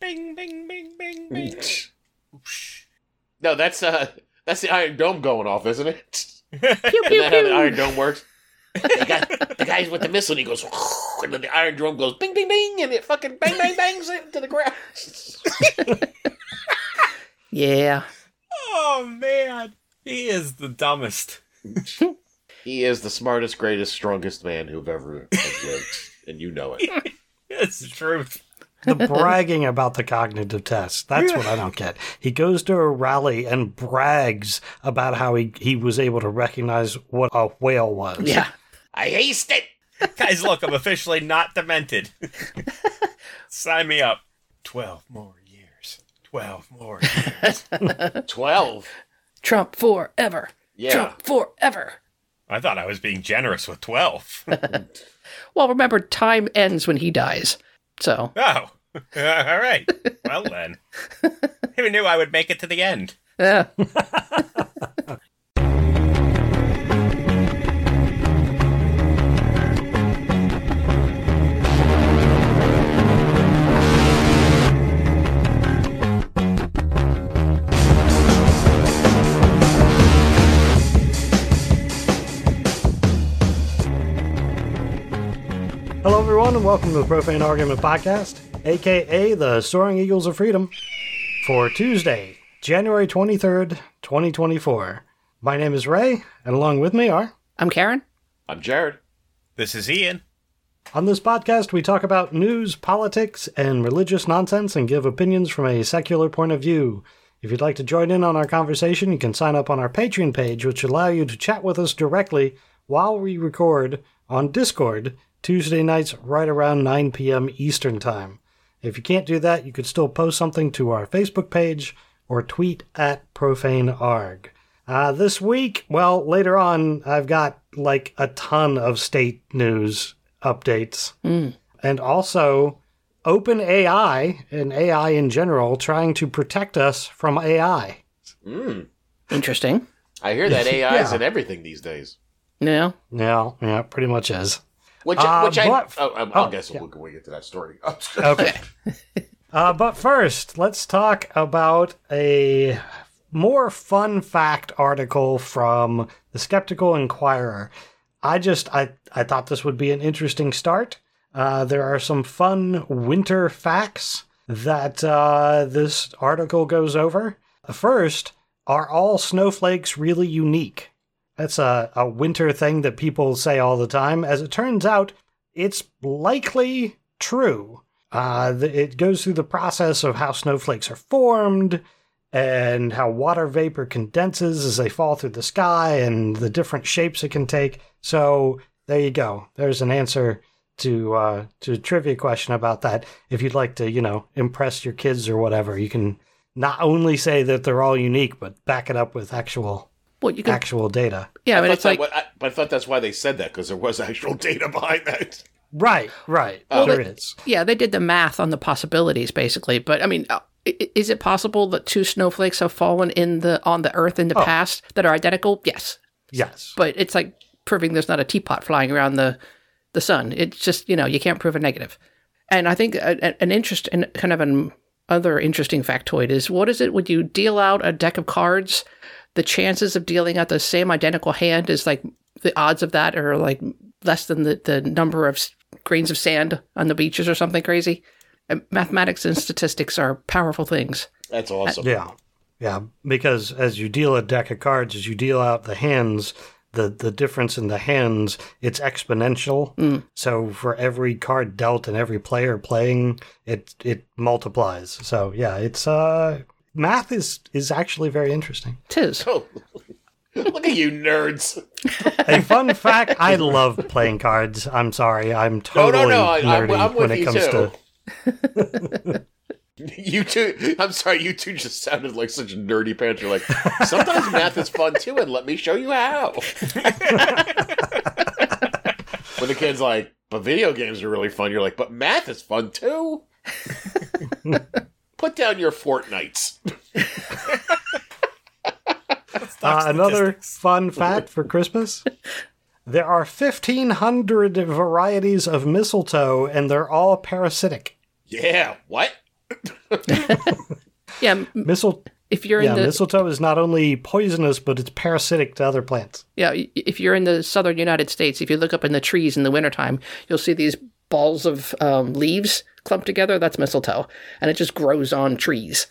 Bing, bing, bing, bing, bing. Whoosh. No, that's uh, that's the Iron Dome going off, isn't it? Pew, Isn't pew, that how the pew. Iron Dome works? the, guy, the guy's with the missile and he goes, and then the Iron Dome goes bing, bing, bing, and it fucking bang, bang, bangs it to the ground. Yeah. Oh, man. He is the dumbest. He is the smartest, greatest, strongest man who've ever has lived, and you know it. It's the truth. The bragging about the cognitive test. That's what I don't get. He goes to a rally and brags about how he, he was able to recognize what a whale was. Yeah. I aced it. Guys, look, I'm officially not demented. Sign me up. 12 more years. 12 more years. Twelve. Trump forever. Yeah. Trump forever. I thought I was being generous with 12. Well, remember, time ends when he dies. So, Oh, all right. Well, then. Who knew I would make it to the end? yeah. Hello, everyone, and welcome to the Profane Argument Podcast, aka the Soaring Eagles of Freedom, for Tuesday, January 23rd, 2024. My name is Ray, and along with me are. I'm Karen. I'm Jared. This is Ian. On this podcast, we talk about news, politics, and religious nonsense and give opinions from a secular point of view. If you'd like to join in on our conversation, you can sign up on our Patreon page, which allow you to chat with us directly while we record on Discord Tuesday nights right around 9 p.m. Eastern Time. If you can't do that, you could still post something to our Facebook page or tweet at profanearg. Uh, this week, well, later on, I've got like a ton of state news updates. And also, OpenAI and AI in general trying to protect us from AI. Interesting. I hear that AI's in everything these days. Yeah. Yeah, yeah, pretty much is. Which, Uh, which I, but- oh, I, I'll oh, guess yeah. we'll, we'll get to that story. Okay. uh, but first, let's talk about a more fun fact article from the Skeptical Inquirer. I just I I thought this would be an interesting start. Uh, there are some fun winter facts that uh, this article goes over. First, are all snowflakes really unique? That's a, a winter thing that people say all the time. As it turns out, it's likely true. Uh, th- it goes through the process of how snowflakes are formed and how water vapor condenses as they fall through the sky and the different shapes it can take. So there you go. There's an answer to uh, to a trivia question about that. If you'd like to, you know, impress your kids or whatever, you can not only say that they're all unique, but back it up with actual Well, you can. actual data. yeah, I mean, But it's like. I, but I thought that's why they said that because there was actual data behind that. Right, right. Well, there but- is. Yeah, they did the math on the possibilities, basically. But I mean, uh, i- i- is it possible that two snowflakes have fallen in the on the Earth in the past that are identical? Yes, Yes. but it's like proving there's not a teapot flying around the the sun. It's just you know you can't prove a negative. And I think a, a- an interest and kind of an other interesting factoid is what is it when you deal out a deck of cards, the chances of dealing out the same identical hand is like the odds of that are like less than the the number of s- grains of sand on the beaches or something crazy. And mathematics and statistics are powerful things. That's awesome. Yeah, yeah. Because as you deal a deck of cards, as you deal out the hands, the the difference in the hands it's exponential. So for every card dealt and every player playing, it it multiplies. So yeah, it's uh, math is is actually very interesting. Tis. Oh, look at you nerds. A fun fact: I love playing cards. I'm sorry, I'm No, totally no, no. I, I'm, nerdy I'm with when it you comes too. to. you two, I'm sorry, you two just sounded like such nerdy pants. You're like, sometimes math is fun too, and let me show you how. when the kid's like, but video games are really fun, you're like, but math is fun too. Put down your Fortnites. Uh, another fun fact for Christmas. There are 1,500 varieties of mistletoe, and they're all parasitic. Yeah, what? Yeah, m- Mistle- if you're yeah, in the mistletoe is not only poisonous, but it's parasitic to other plants. yeah, i- if you're in the southern United States, if you look up in the trees in the wintertime, you'll see these balls of um, leaves clumped together. That's mistletoe, and it just grows on trees.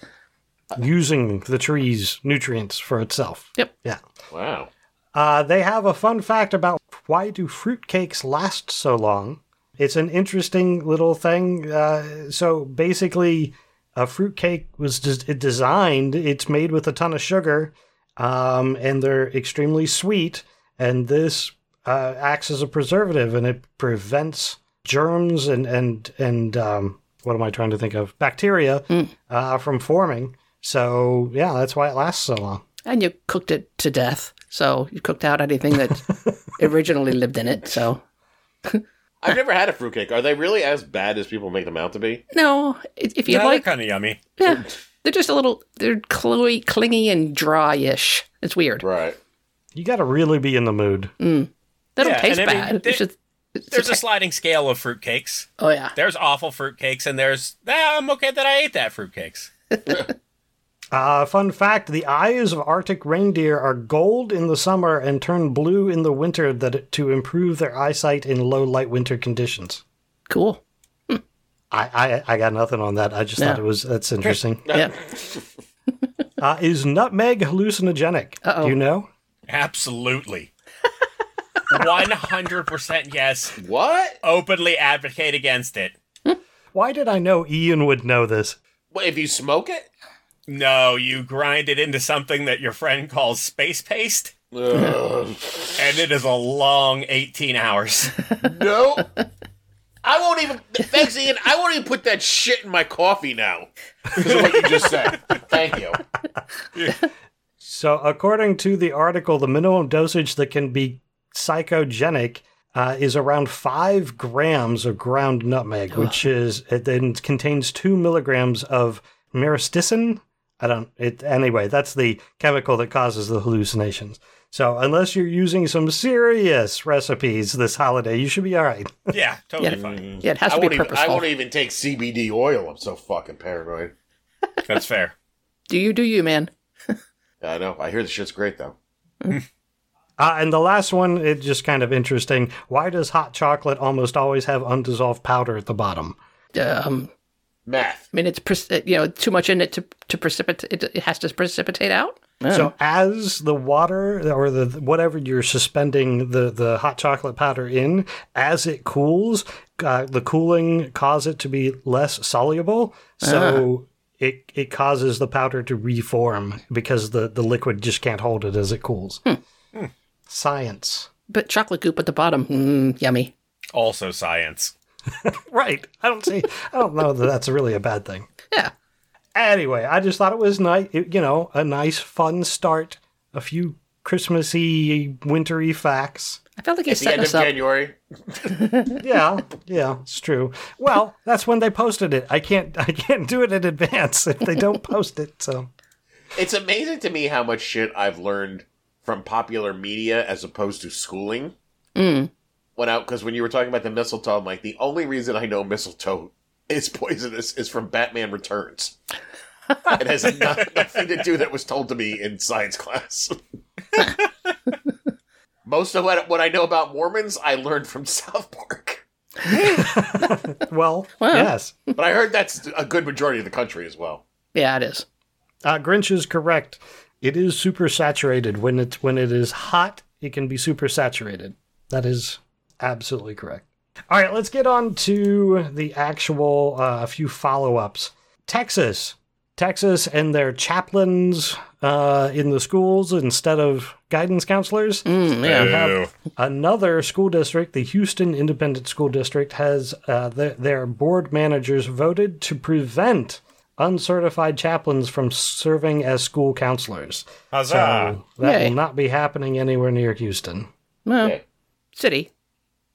using the tree's nutrients for itself. Yep. Yeah. Wow. Uh, they have a fun fact about why do fruitcakes last so long. It's an interesting little thing. Uh, so basically, a fruitcake was des- designed. It's made with a ton of sugar, um, and they're extremely sweet. And this uh, acts as a preservative, and it prevents germs and and and um, what am I trying to think of? Bacteria uh, from forming. So yeah, that's why it lasts so long. And you cooked it to death, so you cooked out anything that originally lived in it. So I've never had a fruitcake. Are they really as bad as people make them out to be? no, i- if you No, like, they're kind of yummy. yeah, they're just a little they're cloy, clingy and dryish. It's weird. Right. You got to really be in the mood. They don't Yeah, taste and I mean, bad. they- it's just, it's There's just- a sliding scale of fruitcakes. oh yeah, There's awful fruitcakes, and there's ah, I'm okay that I ate that fruitcakes. Uh, fun fact the eyes of Arctic reindeer are gold in the summer and turn blue in the winter that, to improve their eyesight in low light winter conditions. cool. I, I, I got nothing on that. I just No. thought it was that's interesting. Yeah, uh, is nutmeg hallucinogenic? Uh-oh. Do you know? Absolutely. 100% yes. What? Openly advocate against it. Why did I know Ian would know this? What, if you smoke it? No, you grind it into something that your friend calls space paste, Ugh. and it is a long 18 hours. no. I won't even. Thanks, Ian. I won't even put that shit in my coffee now. Because of what you just said. Thank you. So, according to the article, the minimum dosage that can be psychogenic uh, is around five grams of ground nutmeg, which is it then contains two milligrams of myristicin. I don't. It anyway. That's the chemical that causes the hallucinations. So, unless you're using some serious recipes this holiday, you should be all right. yeah, totally Yeah. fine. yeah, it has I to won't, be even, I purposeful. won't e even take CBD oil. I'm so fucking paranoid. That's fair. do you do you, man? I know. I hear the shit's great though. Uh, and the last one, it's just kind of interesting. Why does hot chocolate almost always have undissolved powder at the bottom? Um, Math. I mean, it's pres- uh, you know too much in it to to precipitate. It, it has to precipitate out. So as the water or the whatever you're suspending the the hot chocolate powder in, as it cools, uh, the cooling cause it to be less soluble. So it it causes the powder to reform because the the liquid just can't hold it as it cools. Science, but chocolate goop at the bottom, mm, yummy. Also science. right? I don't see. I don't know that that's really a bad thing. Yeah, Anyway, I just thought it was nice. You know, a nice fun start. A few Christmassy, wintry facts. I felt like he At the set end of us up. January. yeah, yeah, it's true. Well, that's when they posted it. I can't, I can't do it in advance if they don't post it. So It's amazing to me how much shit I've learned from popular media as opposed to schooling. Mm. When out because when you were talking about the mistletoe, I'm like, the only reason I know mistletoe is poisonous is from Batman Returns. it has no- nothing to do that was told to me in science class. Most of what, what I know about Mormons, I learned from South Park. well, Well. yes, But I heard that's a good majority of the country as well. Yeah, it is. uh, Grinch is correct. It is super saturated when it's when it is hot. It can be super saturated. That is absolutely correct. All right, let's get on to the actual uh, few follow ups. Texas, Texas, and their chaplains uh, in the schools instead of guidance counselors. Mm, yeah. and have another school district, the Houston Independent School District, has uh, their, their board managers voted to prevent uncertified chaplains from serving as school counselors. Huzzah. So that Yay. will not be happening anywhere near Houston. Well, Okay. city,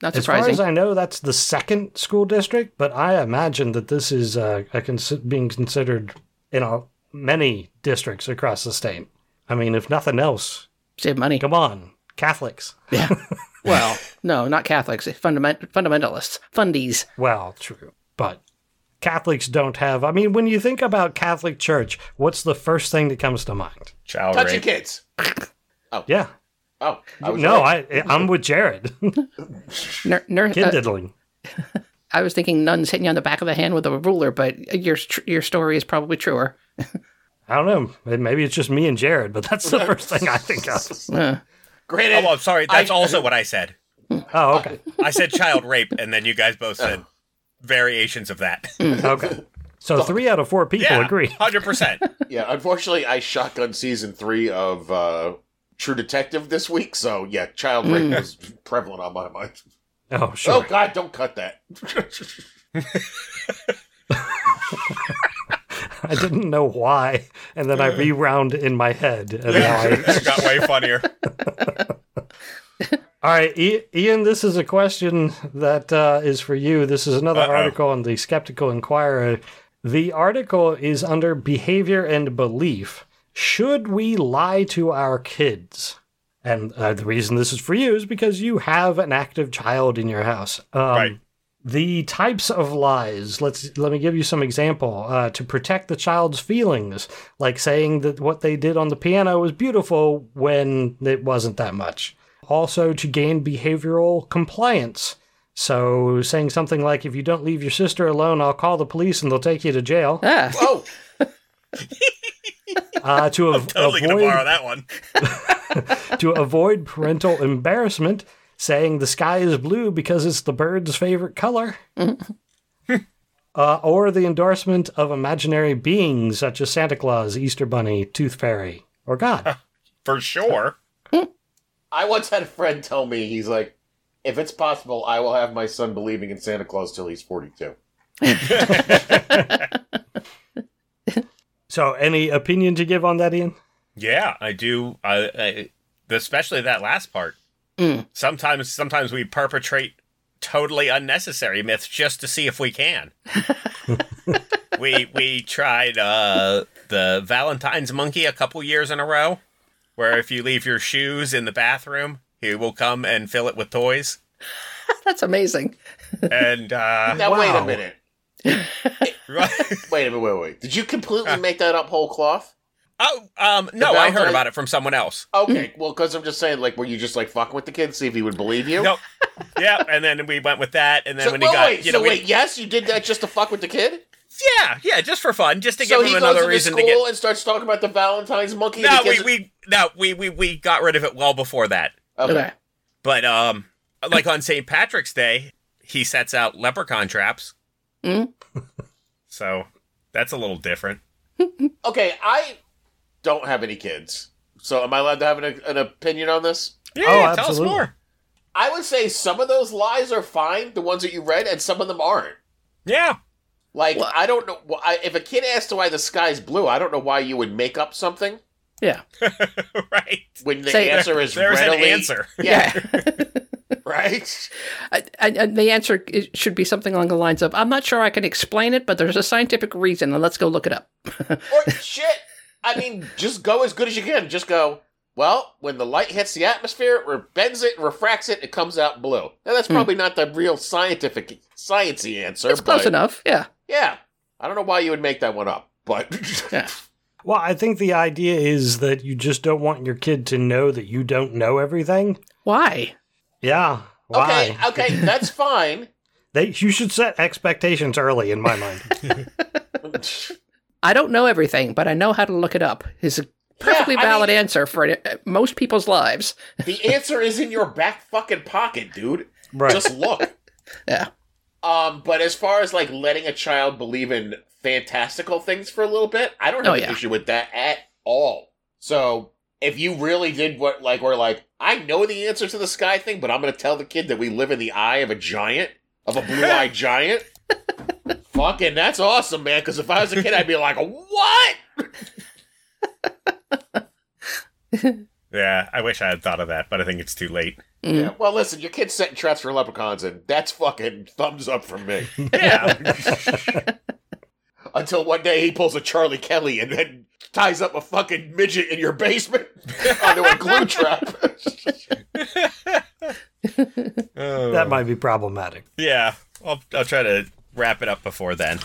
not As far surprising. as I know, that's the second school district, but I imagine that this is uh, a consi- being considered in a, many districts across the state. I mean, if nothing else, Save money. come on, Catholics. Yeah. well, no, not Catholics. Fundament- fundamentalists, fundies. Well, true, but Catholics don't have. I mean, when you think about Catholic Church, what's the first thing that comes to mind? Child Touching rape. kids. Yeah. Oh, I was No, right. I, I'm with Jared. Ner- ner- Kid uh, diddling. I was thinking nuns hitting you on the back of the hand with a ruler, but your tr- your story is probably truer. I don't know. Maybe it's just me and Jared, but that's the first thing I think of. Uh, Granted, Oh, I'm sorry. That's I- also what I said. Oh, okay. I said child rape, and then you guys both said variations of that. Okay. So three out of four people yeah, agree. hundred percent. yeah. Unfortunately, I shotgun season three of uh, True Detective this week, so yeah, child rape was prevalent on my mind. Oh, Oh Hmm. sure. God, don't cut that. I didn't know why. And then I rewound in my head. And now I... It got way funnier. All right, I- Ian, this is a question that uh, is for you. This is another Uh-oh. article on the Skeptical Inquirer. The article is under behavior and belief. Should we lie to our kids? And uh, the reason this is for you is because you have an active child in your house. Um, Right. the types of lies let's let me give you some example uh, to protect the child's feelings like saying that what they did on the piano was beautiful when it wasn't that much also to gain behavioral compliance so saying something like if you don't leave your sister alone i'll call the police and they'll take you to jail ah, Oh, uh, to av- Totally gonna borrow avoid that one. to avoid parental embarrassment saying the sky is blue because it's the bird's favorite color uh, or the endorsement of imaginary beings such as santa claus easter bunny tooth fairy or god For sure. I once had a friend tell me he's like, if it's possible, I will have my son believing in Santa Claus till he's forty-two. so any opinion to give on that ian Yeah, I do. I, I especially that last part. Mm. Sometimes, sometimes we perpetrate totally unnecessary myths just to see if we can. we we tried uh, the Valentine's monkey a couple years in a row, where if you leave your shoes in the bathroom, he will come and fill it with toys. that's amazing. And uh, Now wait a Wow. minute. right- Wait a minute. Wait, wait. Did you completely make that up whole cloth? oh, um, no, I heard Valentine- about it from someone else. Hmm. Okay, well, because I'm just saying, like, were you just like fucking with the kid, see if he would believe you? Nope. yeah, and then we went with that, and then So, when he well, got, wait, you know, so we- wait, yes, you did that just to fuck with the kid. yeah, yeah, just for fun, just to So give he him goes another into reason school to get and starts talking about the Valentine's monkey. No, and he we, gives it- we no we, we we got rid of it well before that. Okay. Okay. But um, like on St. Patrick's Day, he sets out leprechaun traps. Hmm? Mm. so that's a little different. Okay, I don't have any kids, so am I allowed to have an, an opinion on this? Yeah, Oh, tell us absolutely. more. I would say some of those lies are fine, the ones that you read, and some of them aren't. Yeah, Like, Well- I don't know. wh- I, if a kid asked why the sky's blue, I don't know why you would make up something Yeah. right. when the Say- answer is There's readily. an answer. Yeah, right? I, I, and the answer is- should be something along the lines of I'm not sure I can explain it, but there's a scientific reason, and let's go look it up. Or shit. I mean, just go as good as you can. Just go, well, when the light hits the atmosphere, it re- bends it, refracts it, it comes out blue. Now, that's probably not the real scientific, sciencey answer. Hmm. It's close but- enough. Yeah. Yeah. I don't know why you would make that one up, but. Yeah. well i think the idea is that you just don't want your kid to know that you don't know everything Why? yeah why okay, okay, that's fine. they, you should set expectations early in my mind I don't know everything, but I know how to look it up. Is a perfectly Yeah, I valid mean- answer for uh, most people's lives. The answer is in your back fucking pocket, dude. right Just look. Yeah. Um, but as far as like letting a child believe in fantastical things for a little bit, I don't have Oh, an yeah. issue with that at all. So if you really did what like or like, I know the answer to the sky thing, but I'm gonna tell the kid that we live in the eye of a giant, of a blue eyed giant. Fucking that's awesome, man, because if I was a kid I'd be like, What? Yeah, I wish I had thought of that, but I think it's too late. Mm. Yeah, well listen, your kid's setting traps for leprechauns and that's fucking thumbs up from me. Yeah, Until one day he pulls a Charlie Kelly and then ties up a fucking midget in your basement onto a glue trap. that might be problematic yeah. I'll I'll try to wrap it up before then.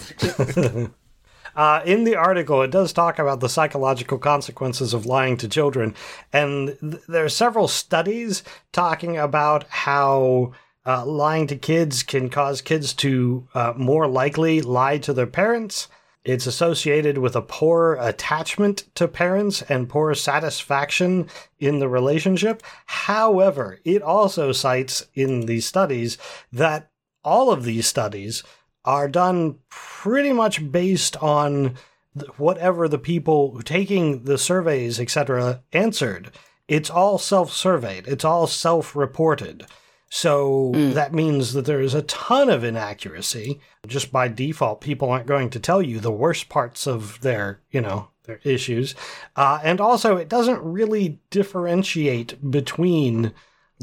Uh, in the article, it does talk about the psychological consequences of lying to children, and th- there are several studies talking about how uh, lying to kids can cause kids to uh, more likely lie to their parents. It's associated with a poor attachment to parents and poor satisfaction in the relationship. However, it also cites in these studies that all of these studies are done pretty much based on th- whatever the people taking the surveys, etc., answered. It's all self surveyed, it's all self reported. So that means that there is a ton of inaccuracy. Just by default, people aren't going to tell you the worst parts of their, you know, their issues. Uh, and also, it doesn't really differentiate between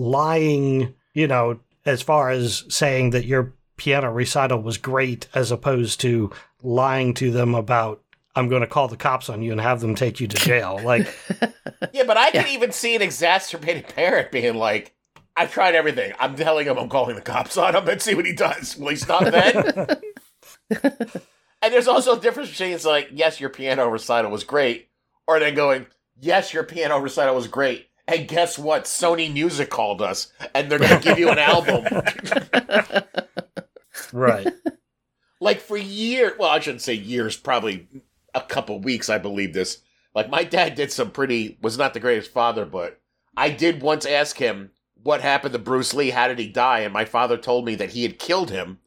lying, you know, as far as saying that your piano recital was great as opposed to lying to them about I'm going to call the cops on you and have them take you to jail. Like, Yeah, but I can even see an exacerbated parent being like, I tried everything. I'm telling him I'm calling the cops on him and see what he does. Will he stop then? and there's also a difference between it's like, yes, your piano recital was great, or then going, yes, your piano recital was great. And guess what? Sony Music called us and they're going to give you an album. right. like for years well i shouldn't say years probably a couple weeks i believe this like my dad did some pretty was not the greatest father but i did once ask him what happened to bruce lee how did he die and my father told me that he had killed him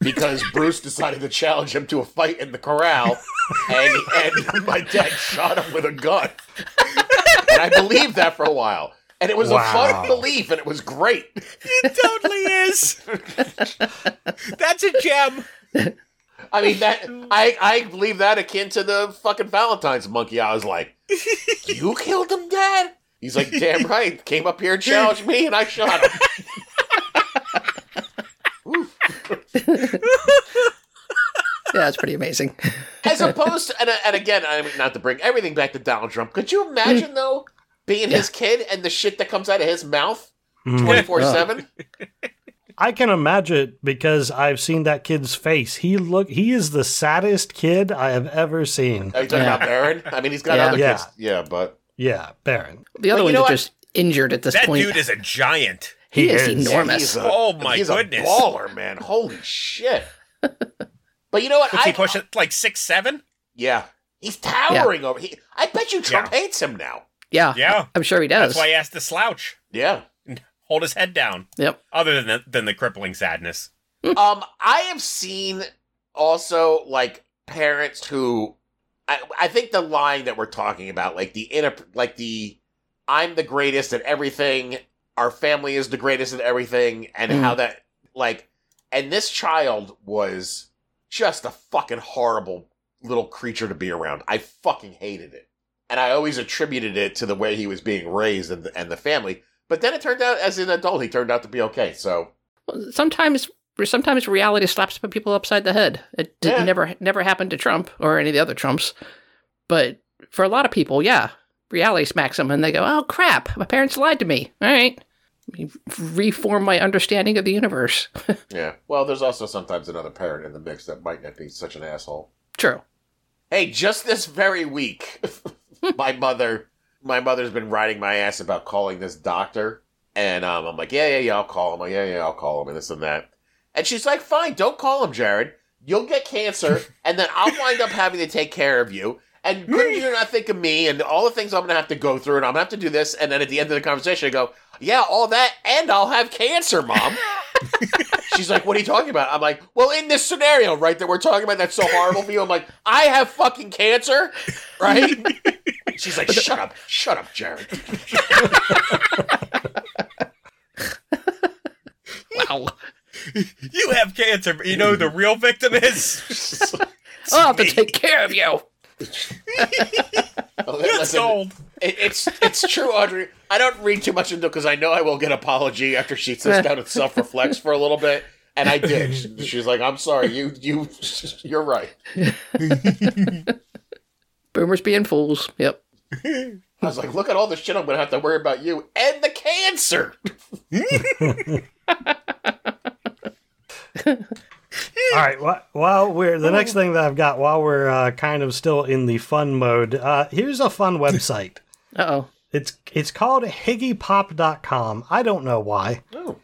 because bruce decided to challenge him to a fight in the corral and, and my dad shot him with a gun and i believed that for a while and it was a Wow. fun belief and it was great It totally is. That's a gem. I mean that I I believe that akin to the fucking Valentine's monkey. I was like, you killed him, Dad. He's like, damn right. Came up here and challenged me, and I shot him. Yeah, that's pretty amazing. As opposed to, and, and again, I mean, not to bring everything back to Donald Trump. Could you imagine though being his kid and the shit that comes out of his mouth Mm. twenty four seven? I can imagine it because I've seen that kid's face. He look he is the saddest kid I have ever seen. Are you talking Yeah. about Barron? I mean, he's got Yeah. other Yeah. kids. Yeah, but Yeah, Baron. The other you ones know are what? just injured at this That point. dude is a giant. he, He is, is. enormous. He's a- Oh my he's goodness. a baller, man. Holy shit. But you know what? What's he I- pushing? Like six seven? Yeah. He's towering over. He, I bet you Trump hates him now. yeah, Yeah. I'm sure he does. That's why he has to slouch, Yeah. hold his head down. Yep. Other than the, than the crippling sadness. um, I have seen also like parents who, I, I think the line that we're talking about, like the inner, like the, I'm the greatest at everything. Our family is the greatest at everything, and Mm. how that like, and this child was just a fucking horrible little creature to be around. I fucking hated it. And I always attributed it to the way he was being raised and the, and the family. But then it turned out, as an adult, he turned out to be okay. So sometimes sometimes reality slaps people upside the head. It did, Yeah. never never happened to Trump or any of the other Trumps, but for a lot of people, yeah, reality smacks them and they go, "Oh crap, my parents lied to me." All right, Let me reform my understanding of the universe. Yeah. Well, there's also sometimes another parent in the mix that might not be such an asshole. True. Hey, just this very week, my mother, my mother's been riding my ass about calling this doctor, and um, I'm like, yeah, yeah, yeah, I'll call him. Like, yeah, yeah, I'll call him, and this and that. And she's like, fine, don't call him, Jared. You'll get cancer, and then I'll wind up having to take care of you. And couldn't you not think of me and all the things I'm going to have to go through, and I'm going to have to do this? And then at the end of the conversation, I go, yeah, all that, and I'll have cancer, mom. She's like, what are you talking about? I'm like, well, in this scenario, right, that we're talking about that's so horrible for you. I'm like, I have fucking cancer, right? She's like, shut up, shut up, Jared. Wow. You have cancer, but you know who the real victim is? I'll have to take care of you. It's old. It, it's it's true, Audrey. I don't read too much into it because I know I will get apology after she sits down and self reflects for a little bit, and I did. She- She's like, "I'm sorry, you you you're right." Boomers being fools. Yep. I was like, "Look at all the shit I'm gonna have to worry about you and the cancer." All right. Well, while we're the next thing that I've got, while we're uh, kind of still in the fun mode, uh, here's a fun website. Uh oh. It's it's called higgypop.com. I don't know why, Oh.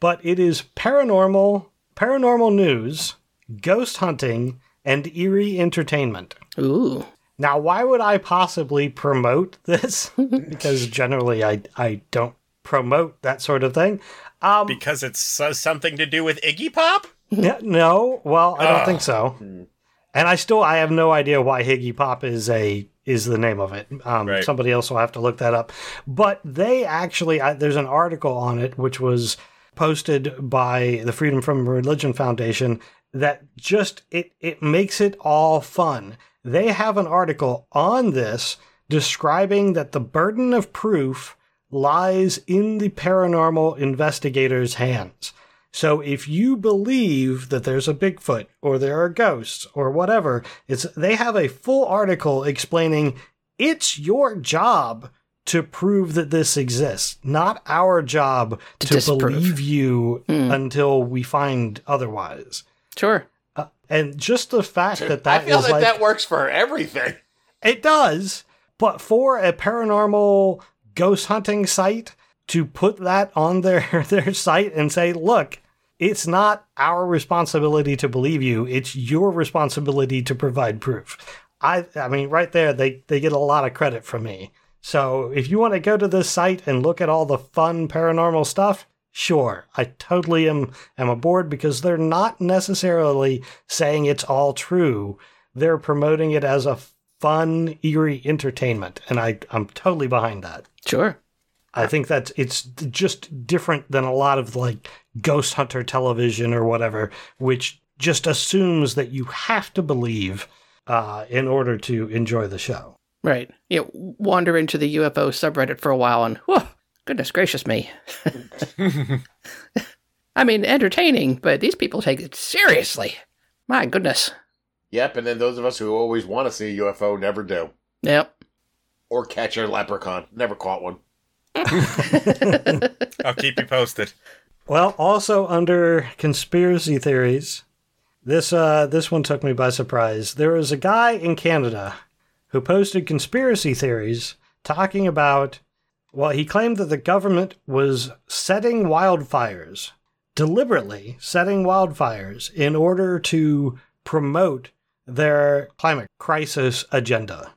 but it is paranormal, paranormal news, ghost hunting, and eerie entertainment. Ooh. Now, why would I possibly promote this? because generally I I don't promote that sort of thing. Um because it's uh, something to do with Iggy Pop. Yeah, no, well, I don't Ah. think so. And I still I have no idea why Higgy Pop is a is the name of it. Um, Right. Somebody else will have to look that up. But they actually I, there's an article on it which was posted by the Freedom from Religion Foundation that just it it makes it all fun. They have an article on this describing that the burden of proof lies in the paranormal investigators' hands. So if you believe that there's a Bigfoot or there are ghosts or whatever, it's they have a full article explaining it's your job to prove that this exists, not our job To to, disprove. Hmm. believe you until we find otherwise. Sure. Uh, and just the fact that that I is feel that like that works for everything. it does, but for a paranormal ghost hunting site to put that on their their site and say, "Look, it's not our responsibility to believe you; it's your responsibility to provide proof." I I mean, right there, they they get a lot of credit from me. So if you want to go to this site and look at all the fun paranormal stuff, sure, I totally am am aboard because they're not necessarily saying it's all true. They're promoting it as a fun, eerie entertainment, and I I'm totally behind that. Sure. I think that's it's just different than a lot of like ghost hunter television or whatever, which just assumes that you have to believe uh, in order to enjoy the show. Right. You know, wander into the UFO subreddit for a while and, whoa, goodness gracious me. I mean, entertaining, but these people take it seriously. My goodness. Yep, and then those of us who always want to see a UFO never do. Yep. Or catch a leprechaun. Never caught one. I'll keep you posted. Well, also under conspiracy theories, this uh, this one took me by surprise. There was a guy in Canada who posted conspiracy theories talking about well, he claimed that the government was setting wildfires deliberately, setting wildfires in order to promote their climate crisis agenda.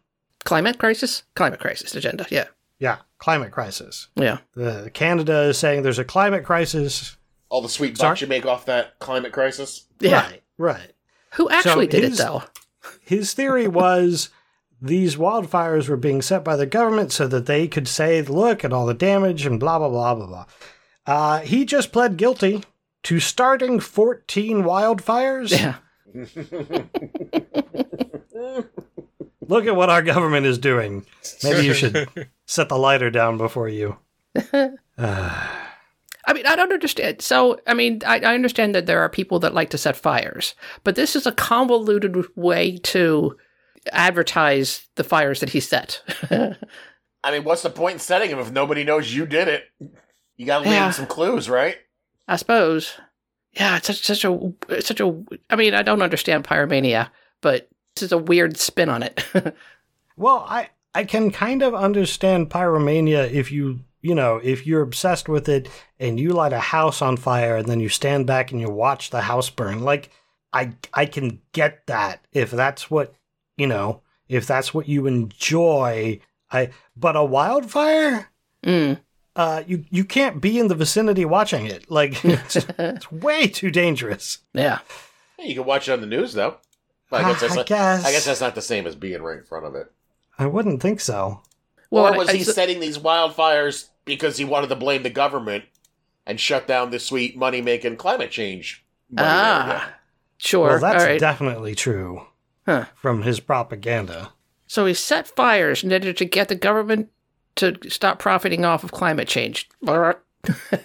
Climate crisis? Climate crisis agenda. Yeah. Yeah, climate crisis. Yeah. The, Canada is saying there's a climate crisis. All the sweet Sorry? bucks you make off that climate crisis. Yeah. Right, right. Who actually did his- it, though? his theory was these wildfires were being set by the government so that they could say, look at all the damage and blah, blah, blah, blah, blah. Uh, he just pled guilty to starting 14 wildfires. Yeah. Look at what our government is doing. Maybe you should set the lighter down before you. Uh, I mean, I don't understand. So, I mean, I, I understand that there are people that like to set fires, but this is a convoluted way to advertise the fires that he set. I mean, what's the point in setting them if nobody knows you did it? You gotta leave Yeah. them some clues, right? I suppose. Yeah, it's such, such a it's such a. I mean, I don't understand pyromania, but this is a weird spin on it. Well, I I can kind of understand pyromania if you you know if you're obsessed with it and you light a house on fire and then you stand back and you watch the house burn. Like I I can get that if that's what you know if that's what you enjoy. I but a wildfire. mm, Uh, you you can't be in the vicinity watching it. Like it's, it's way too dangerous. yeah, Yeah, you can watch it on the news, though. But Ah, I, guess Ah, I that's not, guess. I guess that's not the same as being right in front of it. I wouldn't think so. Well, or was I- he setting these wildfires because he wanted to blame the government and shut down the sweet money making climate change? money ah, area? sure. well, that's All right. definitely true Huh. from his propaganda. So he set fires in order to get the government to stop profiting off of climate change.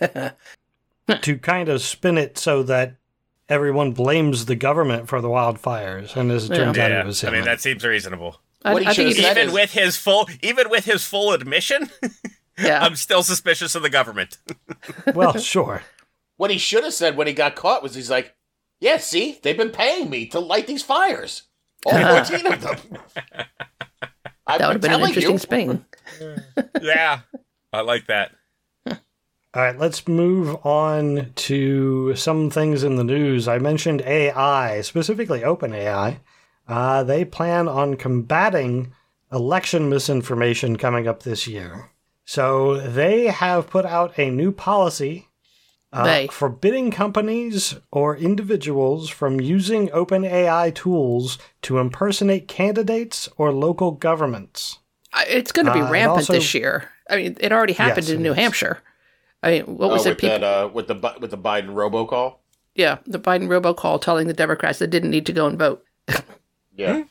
to kind of spin it so that everyone blames the government for the wildfires, and as it Yeah. turns out, it Yeah, was I him. mean that seems reasonable. I, What he I think should've it's- said Even is- with his full, even with his full admission, yeah. I'm still suspicious of the government. well, sure. What he should have said when he got caught was he's like, Yeah, see, they've been paying me to light these fires. All 14 of them. I've That would have been an telling interesting you. spin. Yeah, I like that. All right, let's move on to some things in the news. I mentioned AI, specifically OpenAI. Uh, they plan on combating election misinformation coming up this year. So they have put out a new policy uh, They. forbidding companies or individuals from using OpenAI tools to impersonate candidates or local governments. I- It's going to be Uh, and rampant also- this year. I mean, it already happened Yes, in it New is. Hampshire. I mean, what was oh, it? with People, that uh, with the Bi- with the Biden robocall. yeah, the Biden robocall telling the Democrats they didn't need to go and vote. Yeah, Hmm?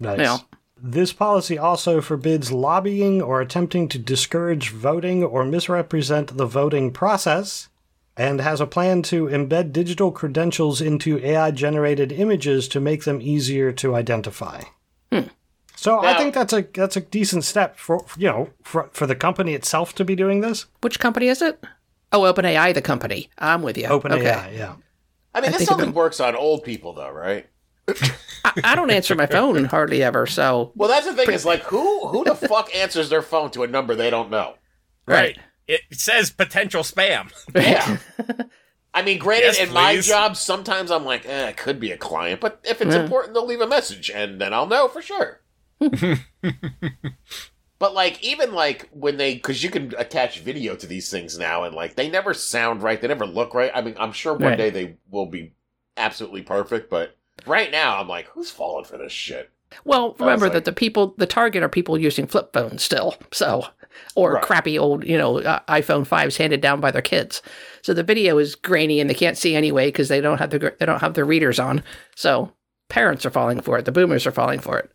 Nice. Yeah. This policy also forbids lobbying or attempting to discourage voting or misrepresent the voting process, and has a plan to embed digital credentials into AI generated images to make them easier to identify. So I Hmm. Now- think that's a that's a decent step for you know for, for the company itself to be doing this. Which company is it? Oh, OpenAI, the company. I'm with you. Open okay. AI, yeah. I mean, this think of only it- works on old people, though, right? I don't answer my phone hardly ever, so Well, that's the thing. Is like who who the fuck answers their phone to a number they don't know? Right. It says potential spam. Yeah. I mean, granted, Yes, in my please. job, sometimes I'm like, eh, it could be a client, but if it's important, they'll leave a message, and then I'll know for sure. but like, even like when they, because you can attach video to these things now, and like they never sound right, they never look right. I mean, I'm sure one Right. day they will be absolutely perfect, but right now, I'm like, who's falling for this shit? Well, remember like- that the people, the target are people using flip phones still, so or Right. crappy old, you know, uh, iPhone fives handed down by their kids. So the video is grainy and they can't see anyway because they don't have the gr- they don't have their readers on. So parents are falling for it. The boomers are falling for it,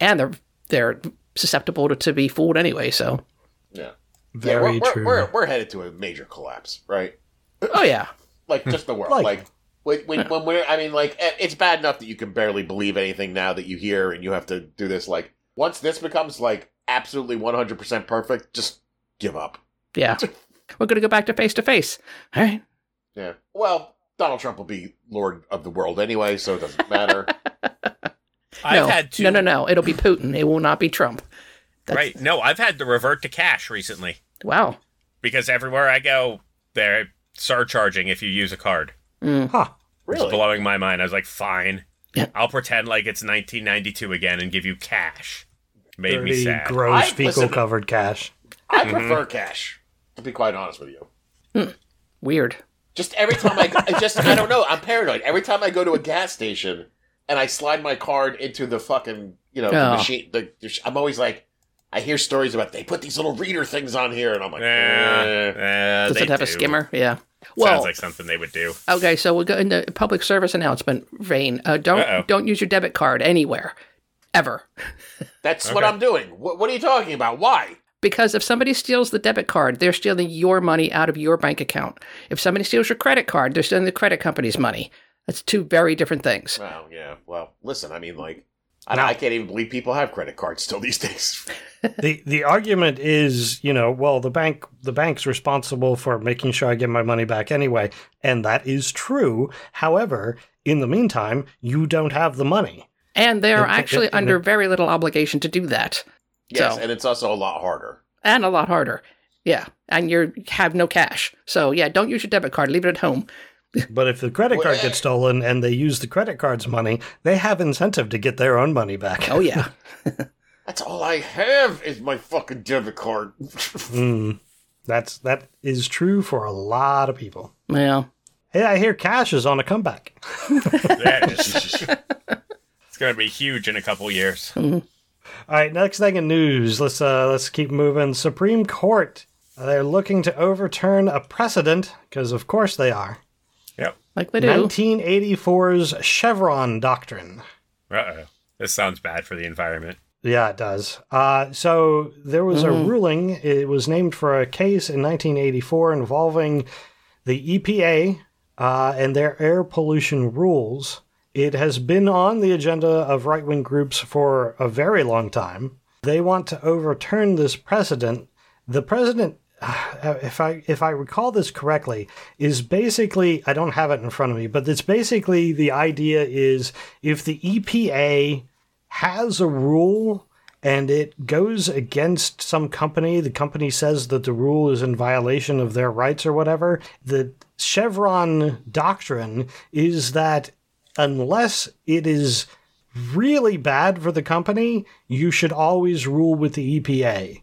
and they're they're susceptible to, to be fooled anyway. So Yeah, yeah, Very we're, we're- true. We're, we're headed to a major collapse, right? oh yeah, like just the world Like- like, when, when, when we're i mean like eh, it's bad enough that you can barely believe anything now that you hear and you have to do this like once this becomes like absolutely 100% perfect just give up yeah, we're gonna go back to face to face. All right, yeah well donald trump will be lord of the world anyway so it doesn't matter I've no, had to no, no, no. It'll be Putin. It will not be Trump. right. No, I've had to revert to cash recently Wow. because everywhere I go, they're surcharging if you use a card. Mm, Huh. It's really blowing my mind. I was like, fine, Yeah. I'll pretend like it's 1992 again and give you cash. Made me Dirty, sad. gross, I- fecal covered cash. i prefer cash to be quite honest with you Weird. just every time i I just i don't know i'm paranoid every time i go to a gas station and i slide my card into the fucking you know the Oh. machine the, the- i'm always like i hear stories about they put these little reader things on here and i'm like eh. yeah, Does they it have a do. skimmer? Yeah. Sounds like something they would do. Okay, so we'll go into public service announcement vein. Uh, don't Uh-oh. don't use your debit card anywhere, ever, that's what i'm doing what, what are you talking about why because if somebody steals the debit card, they're stealing your money out of your bank account. If somebody steals your credit card, they're stealing the credit company's money. That's two very different things. well yeah well listen i mean like I, I can't even believe people have credit cards still these days the the argument is you know well the bank the bank's responsible for making sure i get my money back anyway and that is true however in the meantime you don't have the money And they are And- and- actually and- under very little obligation to do that, yes So- and it's also a lot harder and a lot harder. Yeah, and you have no cash, so yeah, don't use your debit card. Leave it at home. but if the credit card gets stolen and they use the credit card's money they have incentive to get their own money back Oh yeah, that's all i have is my fucking debit card Mm. that's that is true for a lot of people well, hey i hear cash is on a comeback That is- it's going to be huge in a couple years. Hmm. All right, next thing in news. Let's uh, let's keep moving. Supreme Court. uh, They're looking to overturn a precedent because, of course, they are. Yep. like they do. 1984's Chevron doctrine. Uh oh. This sounds bad for the environment. Yeah, it does. Uh, so there was a ruling. It was named for a case in 1984 involving the EPA uh, and their air pollution rules. It has been on the agenda of right wing groups for a very long time. They want to overturn this precedent. The president uh, if I if I recall this correctly, is basically I don't have it in front of me, but it's basically the idea is if the E EPA has a rule and it goes against some company, the company says that the rule is in violation of their rights or whatever, the Chevron doctrine is that unless it is really bad for the company, you should always rule with the E EPA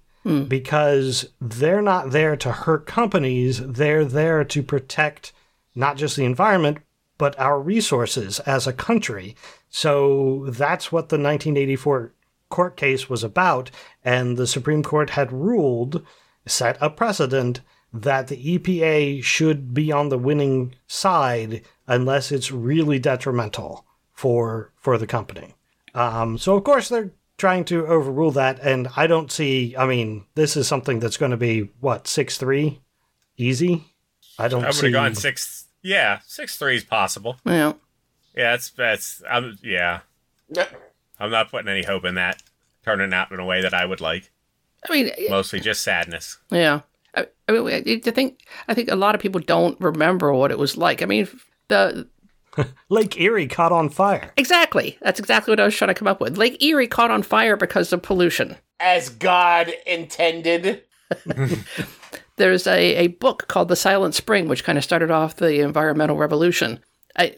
because they're not there to hurt companies, they're there to protect not just the environment, but our resources as a country. So that's what the 1984 court case was about. And the Supreme Court had ruled, set a precedent that the EPA should be on the winning side unless it's really detrimental for for the company. Um, so of course they're trying to overrule that, and I don't see. I mean, this is something that's going to be what six three, easy. I don't. I would see. have gone six. Yeah, six three is possible. Well, Yeah, that's that's. I'm yeah. I'm not putting any hope in that turning out in a way that I would like. I mean, Mostly just sadness. Yeah, I, I mean, I I think I think a lot of people don't remember what it was like. I mean, the Lake Erie caught on fire. exactly that's exactly what I was trying to come up with. Lake Erie caught on fire because of pollution. As God intended. There's a, a book called The Silent Spring, which kind of started off the environmental revolution. I,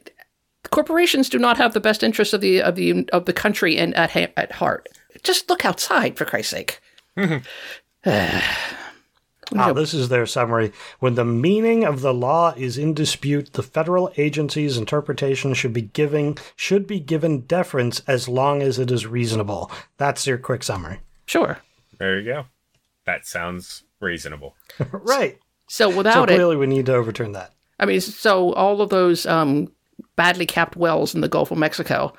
corporations do not have the best interests of the of the of the country and at ha- at heart. Just look outside, for Christ's sake. Mm-hmm. Ah, this is their summary. When the meaning of the law is in dispute, the federal agency's interpretation should be giving should be given deference as long as it is reasonable. That's their quick summary. Sure. There you go. That sounds reasonable. Right. So So without it, clearly we need to overturn that. I mean, so all of those um, badly capped wells in the Gulf of Mexico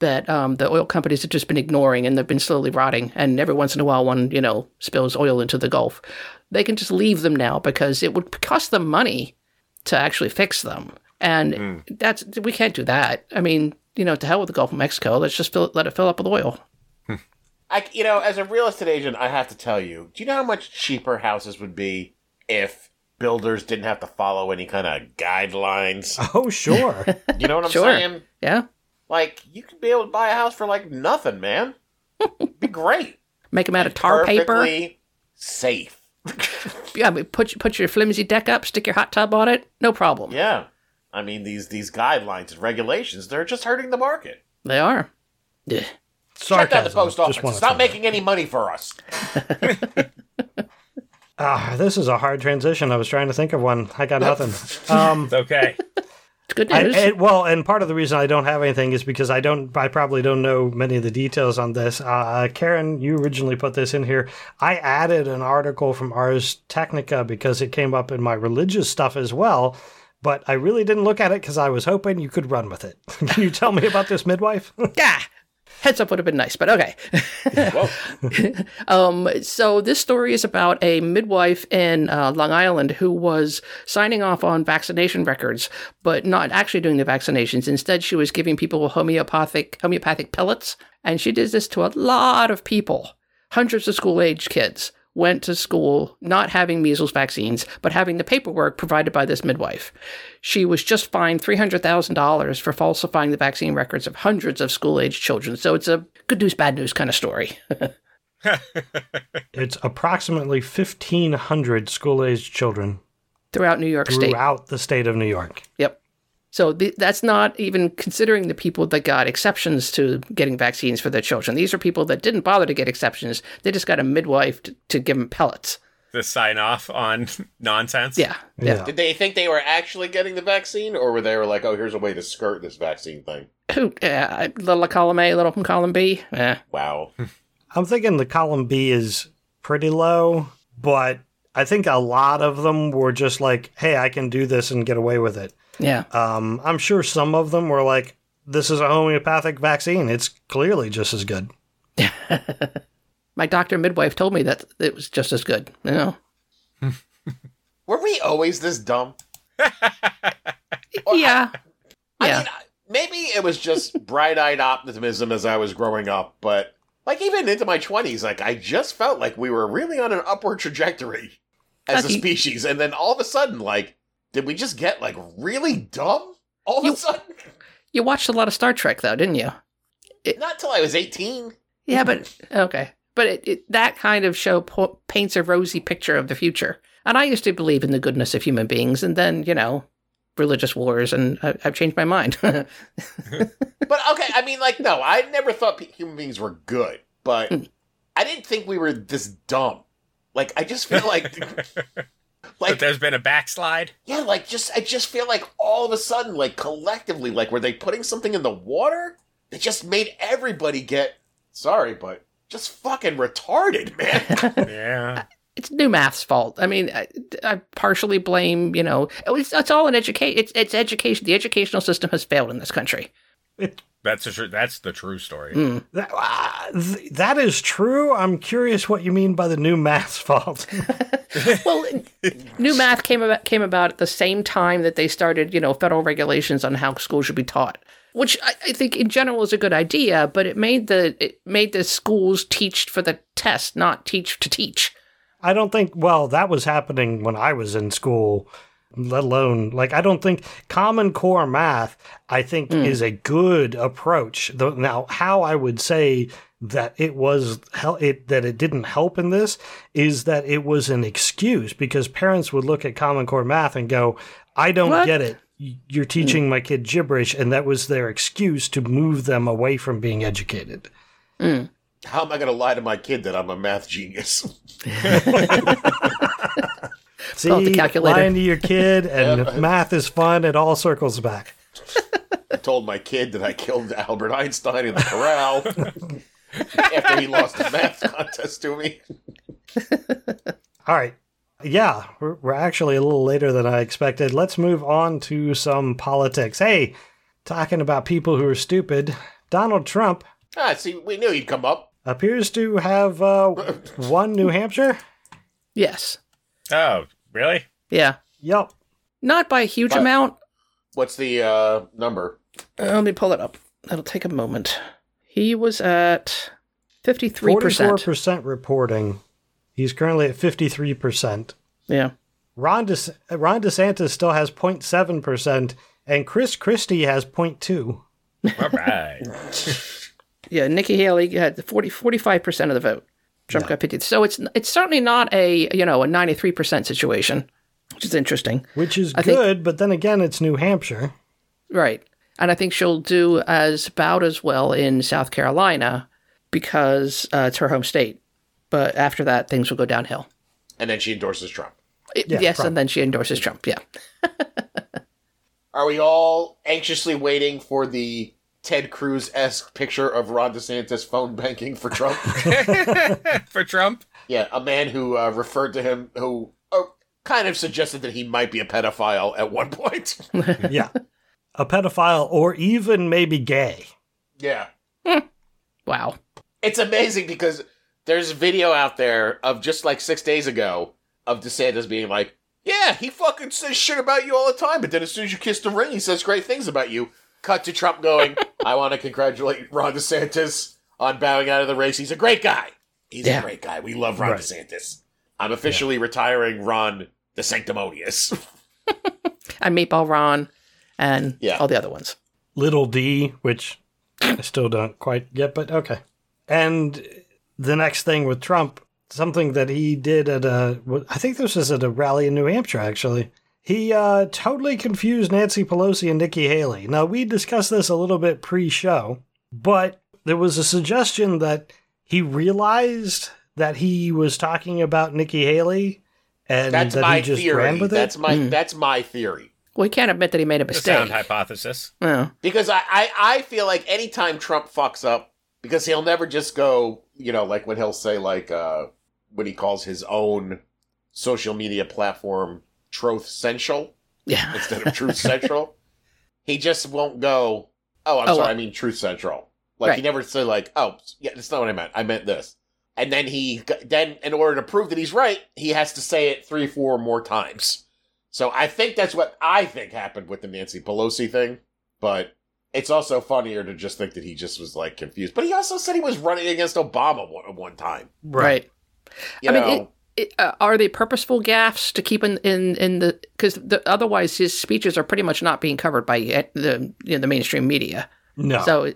that um, the oil companies have just been ignoring and they've been slowly rotting, and every once in a while one, you know, spills oil into the Gulf. They can just leave them now because it would cost them money to actually fix them, and that's we can't do that. I mean, you know, to hell with the Gulf of Mexico. Let's just fill, let it fill up with oil. I, you know, as a real estate agent, I have to tell you, do you know how much cheaper houses would be if builders didn't have to follow any kind of guidelines? Oh sure. You know what I'm Sure. saying? Yeah, Like, you could be able to buy a house for like nothing, man. It'd be great. make them out of tar paper. Perfectly safe. Yeah, I mean, put put your flimsy deck up, stick your hot tub on it, no problem. Yeah. I mean, these these guidelines and regulations, they're just hurting the market. They are. Yeah. Shut down the Sarcasm. post Just office. wanna Stop throw that. making any money for us. Ah, this is a hard transition. I was trying to think of one. I got nothing. Um, It's okay. It's good I, news. and- well, and part of the reason I don't have anything is because I don't. I probably don't know many of the details on this. Uh, Karen, you originally put this in here. I added an article from Ars Technica because it came up in my religious stuff as well. But I really didn't look at it because I was hoping you could run with it. Can you tell me about this midwife? Yeah. "Ah, Heads up would have been nice, but okay. Whoa. Um, so this story is about a midwife in uh, Long Island who was signing off on vaccination records, but not actually doing the vaccinations. Instead, she was giving people homeopathic homeopathic pellets, and she did this to a lot of people. Hundreds of school age kids went to school not having measles vaccines, but having the paperwork provided by this midwife. She was just fined three hundred thousand dollars for falsifying the vaccine records of hundreds of school age children. So it's a good news, bad news kind of story. it's approximately fifteen hundred school-aged children throughout New York State. throughout the state of New York. Yep. So th- that's not even considering the people that got exceptions to getting vaccines for their children. These are people that didn't bother to get exceptions. They just got a midwife to, to give them pellets. The sign off on nonsense. Yeah. Yeah. Did they think they were actually getting the vaccine, or were they were like, oh, here's a way to skirt this vaccine thing? Who, uh, little column A, little column B. Eh. Wow. I'm thinking the column B is pretty low, but I think a lot of them were just like, hey, I can do this and get away with it. Yeah. Um, I'm sure some of them were like, this is a homeopathic vaccine. It's clearly just as good. My doctor midwife told me that it was just as good. You know. were we always this dumb? yeah. I Yeah. mean, I- maybe it was just bright eyed optimism as I was growing up, but like even into my 20s, like I just felt like we were really on an upward trajectory. as a Okay. species, and then all of a sudden, like, did we just get like really dumb all of You- a sudden? You watched a lot of Star Trek, though, didn't you? Not till I was eighteen. Yeah, but okay. But it, it, that kind of show po- paints a rosy picture of the future. And I used to believe in the goodness of human beings, and then you know, religious wars, and I, I've changed my mind. But okay, I mean, like, no, I never thought pe- human beings were good, but Hmm. I didn't think we were this dumb. Like, I just feel like, But like, there's been a backslide. yeah, like, just I just feel like all of a sudden, like, collectively, like, were they putting something in the water that just made everybody get sorry, but just fucking retarded, man. Yeah. it's new math's fault. I mean, I, I partially blame you know it's, it's all an education. It's it's education. The educational system has failed in this country. Hmm. It, That's the true that's the true Mm. story. that, ah, th- that is true. I'm curious what you mean by the new math's fault. Well, new math came about came about at the same time that they started, you know, federal regulations on how school should be taught, which I, I think in general is a good idea, but it made the it made the schools teach for the test, not teach to teach. I don't think, well, that was happening when I was in school, let alone, like, I don't think Common Core math, I think, is a good approach. Though, now, how I would say that it was hel- it that it didn't help in this is that it was an excuse because parents would look at common core math and go i don't What? get it Y- you're teaching my kid gibberish and that was their excuse to move them away from being educated How am I going to lie to my kid that I'm a math genius? See, out the calculator. lying to your kid and Yep. math is fun. It all circles back. told my kid that I killed Albert Einstein in the corral after he lost the math contest to me. All right. Yeah, we're, we're actually a little later than I expected. Let's move on to some politics. Hey, talking about people who are stupid, Donald Trump Ah, see, we knew he'd come up. appears to have uh, won New Hampshire. Yes, Oh, really? yeah, Yep. not by a huge But- amount. What's the uh, number? Uh, let me pull it up. That'll take a moment. He was at fifty three percent. 44% reporting. He's currently at 53%. Yeah, Ron, DeS- Ron DeSantis still has 0.7%, and Chris Christie has 0.2. All right. yeah. Nikki Haley had the 45 percent of the vote. Trump got fifty. So it's it's certainly not a you know a ninety three percent situation, which is interesting. Which is I think- good, but then again, it's New Hampshire. Right. And I think she'll do as about as well in South Carolina because uh, it's her home state. But after that, things will go downhill. And then she endorses Trump. It- Yeah, yes, probably. and then she endorses Trump. Yeah. Are we all anxiously waiting for the Ted Cruz esque picture of Ron DeSantis phone banking for Trump? For Trump? yeah, a man who uh, referred to him, who uh, kind of suggested that he might be a pedophile at one point. yeah. A pedophile or even maybe gay. yeah. Wow. It's amazing because there's a video out there of just like six days ago of DeSantis being like, Yeah, he fucking says shit about you all the time, but then as soon as you kiss the ring, he says great things about you. Cut to Trump going, I want to congratulate Ron DeSantis on bowing out of the race. He's a great guy. He's Yeah. a great guy. We love Ron Right. DeSantis. I'm officially retiring Ron the Sanctimonious. And Meatball Ron and Yeah. all the other ones. Little D, which I still don't quite get, but okay. And the next thing with Trump, something that he did at a, I think this was at a rally in New Hampshire, actually. He uh, totally confused Nancy Pelosi and Nikki Haley. Now, we discussed this a little bit pre show, but there was a suggestion that he realized that he was talking about Nikki Haley and That's that my he just theory. ran with it. Hmm. That's my that's my theory. Well, he can't admit that he made a The mistake. Oh, sound hypothesis. Yeah. Because I, I, I feel like anytime Trump fucks up, because he'll never just go, you know, like when he'll say, like, uh, what he calls his own social media platform, Troth Central, yeah. instead of Truth Central. He just won't go, oh, I'm Oh, sorry, uh, I mean Truth Central. Like, he right. never say, like, oh, yeah, that's not what I meant. I meant this. And then he, then in order to prove that he's right, he has to say it three, four more times. So I think that's what I think happened with the Nancy Pelosi thing. But it's also funnier to just think that he just was, like, confused. But he also said he was running against Obama one, one time. Right. You I mean, know? it- it- uh, are they purposeful gaffes to keep in in, in the because the, otherwise his speeches are pretty much not being covered by uh, the you know, the mainstream media. No, So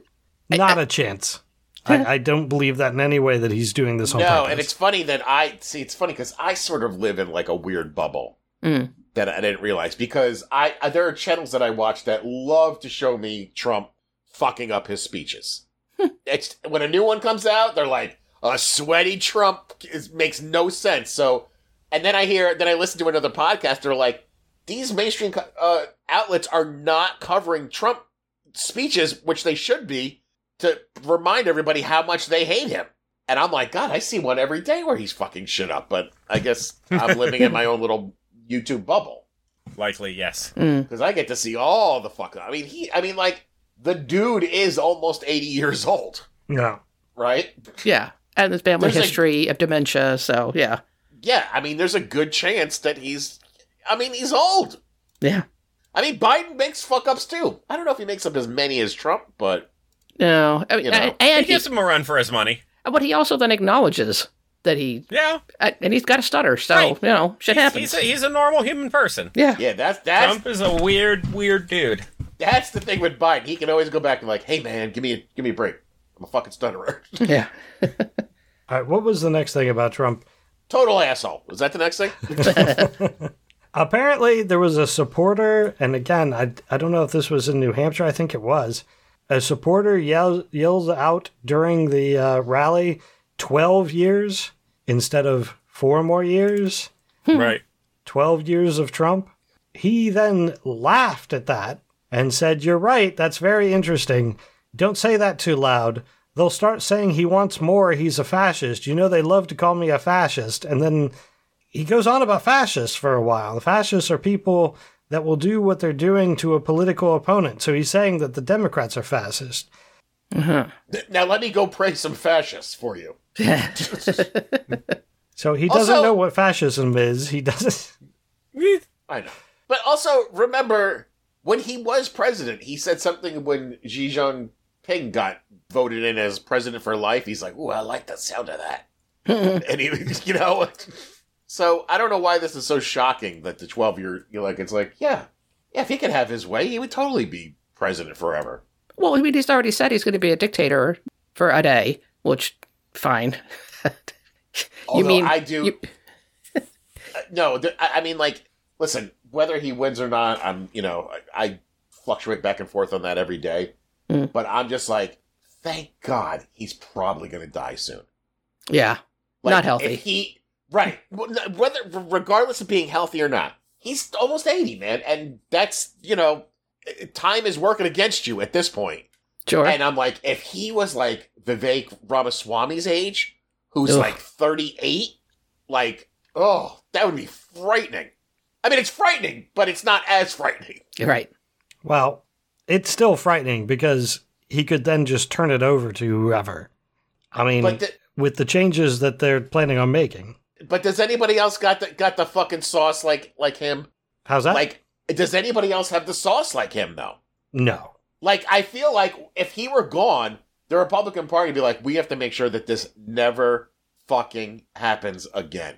not a chance. I, I don't believe that in any way that he's doing this on No, purpose. and it's funny that I see. It's funny because I sort of live in like a weird bubble Mm. that I didn't realize because I I- there are channels that I watch that love to show me Trump fucking up his speeches. it's when a new one comes out, they're like a sweaty Trump is, makes no sense. So, and then I hear, then I listen to another podcast. They're like, these mainstream co- uh, outlets are not covering Trump speeches, which they should be, to remind everybody how much they hate him. And I'm like, God, I see one every day where he's fucking shit up. But I guess I'm living in my own little YouTube bubble Likely, yes. mm, because I get to see all the fuck. I mean, he. I mean, like the dude is almost 80 years old, no. right? yeah, and his family There's, like- history of dementia. So yeah, Yeah. I mean, there's a good chance that he's. I mean, he's old. yeah. I mean, Biden makes fuck ups too. I don't know if he makes up as many as Trump, but No, I mean, You know. and- He and he, gives him a run for his money. but he also then acknowledges that he Yeah. uh, and he's got a stutter. So Right. you know, shit He's, he's, happens. a, he's a normal human person. yeah. yeah, that's that's Trump is a weird, weird dude. that's the thing with Biden. He can always go back and like, hey man, give me a, give me a break. I'm a fucking stutterer. yeah. All right, what was the next thing about Trump? Total asshole. Is that the next thing? Apparently, there was a supporter, and again, I, I don't know if this was in New Hampshire. I think it was. A supporter yells, yells out during the uh, rally 12 years instead of four more years, Hmm. Right. 12 years of Trump. He then laughed at that and said, You're right. That's very interesting. Don't say that too loud. They'll start saying he wants more. He's a fascist. You know, they love to call me a fascist. And then he goes on about fascists for a while. The fascists are people that will do what they're doing to a political opponent. So he's saying that the Democrats are fascist. now let me go praise some fascists for you. So he doesn't Also- know what fascism is. He doesn't. I know. But also remember when he was president, he said something when Xi Jinping got voted in as president for life. He's like, "Ooh, I like the sound of that." and he, you know, so I don't know why this is so shocking that the twelve-year, you're like, it's like, yeah, yeah, if he could have his way, he would totally be president forever. Well, I mean, he's already said he's going to be a dictator for a day, which fine. Although mean- I do? you- Uh, no, th- I I mean, like, listen, whether he wins or not, I'm, you know, I, I fluctuate back and forth on that every day. Mm. But I'm just like, thank God he's probably going to die soon. yeah, Like, Not healthy. if he right, Well, no, whether regardless of being healthy or not, he's almost eighty, man, and that's you know, eh, time is working against you at this point. sure. And I'm like, if he was like Vivek Ramaswamy's age, who's Ugh. like 38, like, oh, that would be frightening. I mean, it's frightening, but it's not as frightening. You're right. Well, it's still frightening because he could then just turn it over to whoever. I mean, But th- with the changes that they're planning on making. but does anybody else got the got the fucking sauce like like him? How's that? like, does anybody else have the sauce like him though? no. Like, I feel like if he were gone, the Republican Party would be like, we have to make sure that this never fucking happens again.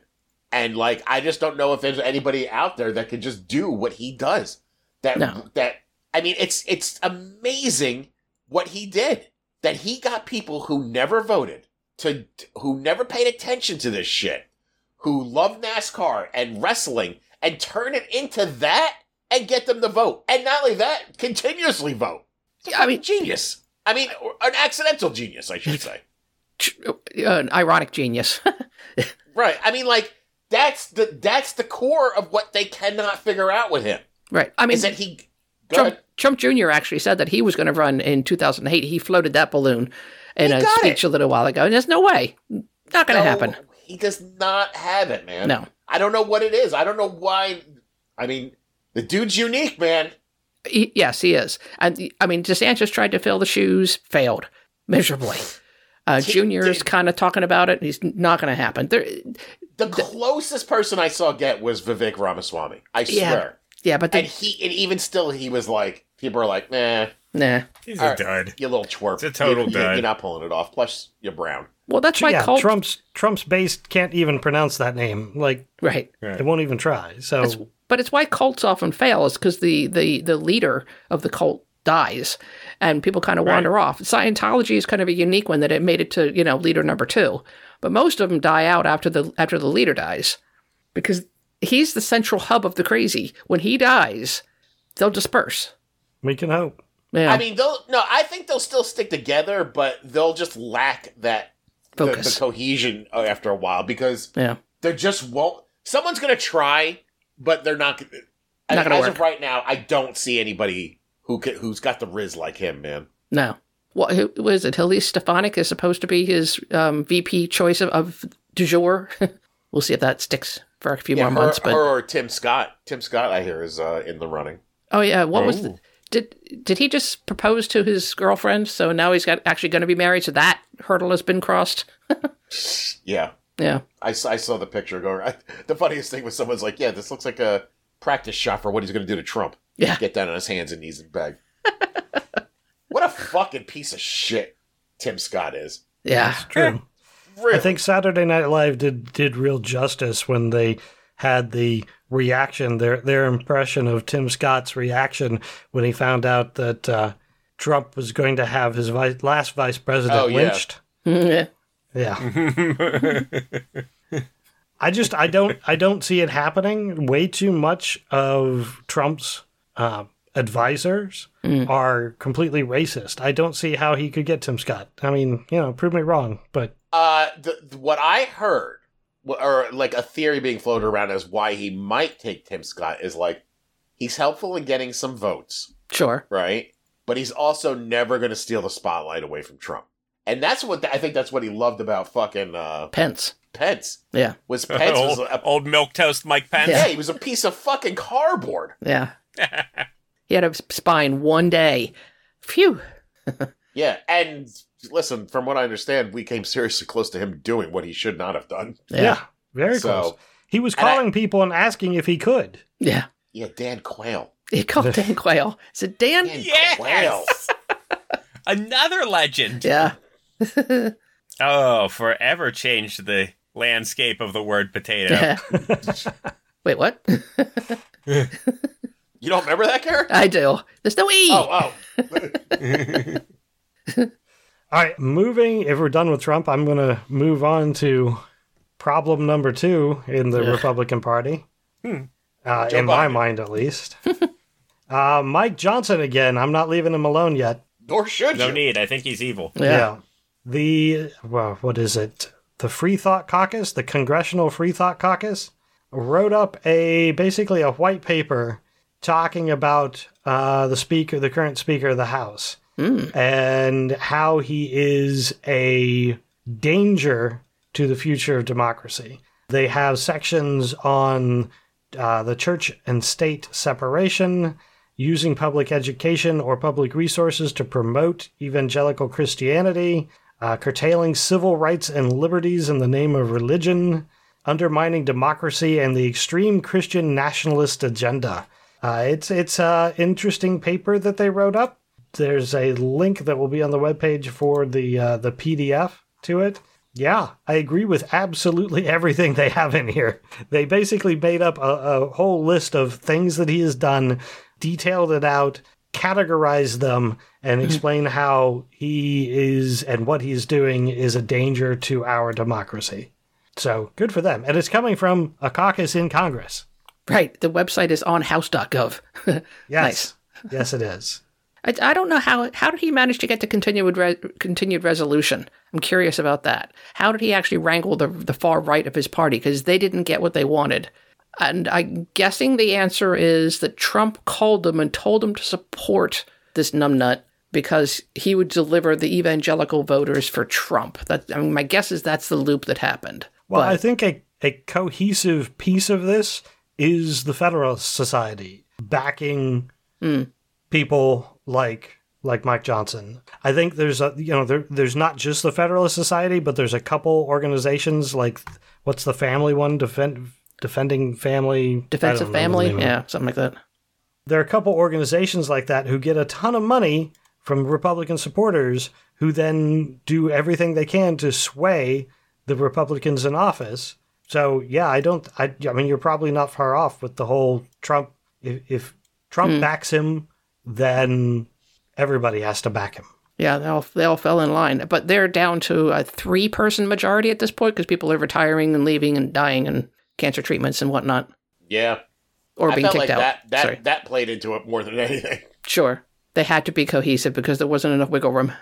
And like, I just don't know if there's anybody out there that can just do what he does. That No. that I mean, it's it's amazing what he did. That he got people who never voted to who never paid attention to this shit, who love NASCAR and wrestling, and turn it into that and get them to vote. And not only that, continuously vote. I mean, Genius. I mean, or- an accidental genius, I should say. tr- uh, an ironic genius. right. I mean, like that's the that's the core of what they cannot figure out with him right. I mean, is that he. Go Trump, ahead. Trump Jr. actually said that he was going to run in 2008. He floated that balloon in He a got speech a little while ago. And there's no way. Not going to No, happen. He does not have it, man. No. I don't know what it is. I don't know why. I mean, the dude's unique, man. He- yes, he is. And the- I mean, DeSantis tried to fill the shoes, failed miserably. Uh, He Junior is did. kind of talking about it. He's not going to happen. There, The closest person I saw get was Vivek Ramaswamy. I Yeah. swear. Yeah, but And they, he, and even still, he was like, people are like, nah, nah. He's a All right. dud. you little twerp. It's a total you, you, dud. You're not pulling it off. Plus, you're brown. Well, that's why yeah, cult. Trump's Trump's base can't even pronounce that name. Like right. they won't even try. So That's- but it's why cults often fail is because the, the, the leader of the cult dies and people kind of wander off. Scientology is kind of a unique one that it made it to, you know, leader number two. But most of them die out after the after the leader dies because he's the central hub of the crazy. When he dies, they'll disperse. we can hope. Yeah, I mean, they'll no. I think they'll still stick together, but they'll just lack that the, the focus. cohesion uh, after a while because yeah. they just won't. Someone's gonna try, but they're not. gonna- I Not mean, gonna as work. of right now, I don't see anybody who could, who's got the riz like him, man. No. What who- who is it? Elise Stefanik is supposed to be his um, VP choice of, of du jour. we'll see if that sticks for a few Yeah, more her, months. But her or Tim Scott. Tim Scott, I hear, is uh, in the running. oh yeah, what was Ooh. the, did did he just propose to his girlfriend? So now he's got actually going to be married. So that hurdle has been crossed. Yeah, Yeah, I, s- I saw the picture going. I, the funniest thing was someone's like, "Yeah, this looks like a practice shot for what he's gonna do to Trump." yeah. get down on his hands and knees and beg. what a fucking piece of shit Tim Scott is. Yeah. True. Really? I think Saturday Night Live did did real justice when they had the reaction their their impression of Tim Scott's reaction when he found out that uh, Trump was going to have his vice, last vice president Oh, yeah. lynched. Yeah. Yeah. Mm. I just I don't I don't see it happening. Way too much of Trump's uh, advisors are completely racist. I don't see how he could get Tim Scott. I mean, you know, prove me wrong, but Uh, the, the- what I heard, wh- or like a theory being floated around as why he might take Tim Scott is like he's helpful in getting some votes, Sure. right? But he's also never going to steal the spotlight away from Trump. And that's what I think that's what he loved about fucking uh, Pence. Pence Yeah. was Pence was old, Oh. a, old milk toast Mike Pence. yeah he was a piece of fucking cardboard. Yeah. he had a spine one day. Phew. Yeah, and listen, from what I understand, we came seriously close to him doing what he should not have done. Yeah, very So- close. He was And I- calling people and asking if he could. Yeah. Yeah, Dan Quayle. He called Dan Quayle. I said, Dan. Dan Yes! Quayle. Another legend. Yeah. Oh, forever changed the landscape of the word potato. Wait, what? You don't remember that character? I do. There's no E. Oh, oh. All right, moving. If we're done with Trump, I'm going to move on to problem number two in the Republican Party, uh, in my Hmm. Biden. mind at least. uh, Mike Johnson again. I'm not leaving him alone yet. Nor should No you. need. I think he's evil. Yeah. The well, what is it? The Free Thought Caucus, the Congressional Free Thought Caucus, wrote up a basically a white paper talking about uh, the speaker, the current speaker of the House, and how he is a danger to the future of democracy. They have sections on uh, the church and state separation, using public education or public resources to promote evangelical Christianity, uh, curtailing civil rights and liberties in the name of religion, undermining democracy and the extreme Christian nationalist agenda. Uh, it's it's an interesting paper that they wrote up. There's a link that will be on the webpage for the uh, the PDF to it. Yeah, I agree with absolutely everything they have in here. They basically made up a, a whole list of things that he has done, detailed it out, categorized them, and explain how he is and what he's doing is a danger to our democracy. So good for them. And it's coming from a caucus in Congress. Right. The website is on house.gov. Yes. yes, it is. I, I don't know how how did he manage to get to continued re- continued resolution. I'm curious about that. How did he actually wrangle the the far right of his party because they didn't get what they wanted. And I'm guessing the answer is that Trump called them and told them to support this numbnut because he would deliver the evangelical voters for Trump. That I mean, my guess is that's the loop that happened. Well, But- I think a, a cohesive piece of this is the Federalist Society backing Hmm. people like like Mike Johnson. I think there's a you know there, there's not just the Federalist Society, but there's a couple organizations like what's the family one defend defending family I defensive don't remember the family, name of it. yeah, something like that. There are a couple organizations like that who get a ton of money from Republican supporters who then do everything they can to sway the Republicans in office. So yeah, I don't. I, I mean, you're probably not far off with the whole Trump. If, if Trump backs him, then everybody has to back him. Yeah, they all, they all fell in line. But they're down to a three person majority at this point because people are retiring and leaving and dying and cancer treatments and whatnot Yeah. or I being felt kicked like out. that that, Sorry. that played into it more than anything. Sure. They had to be cohesive because there wasn't enough wiggle room.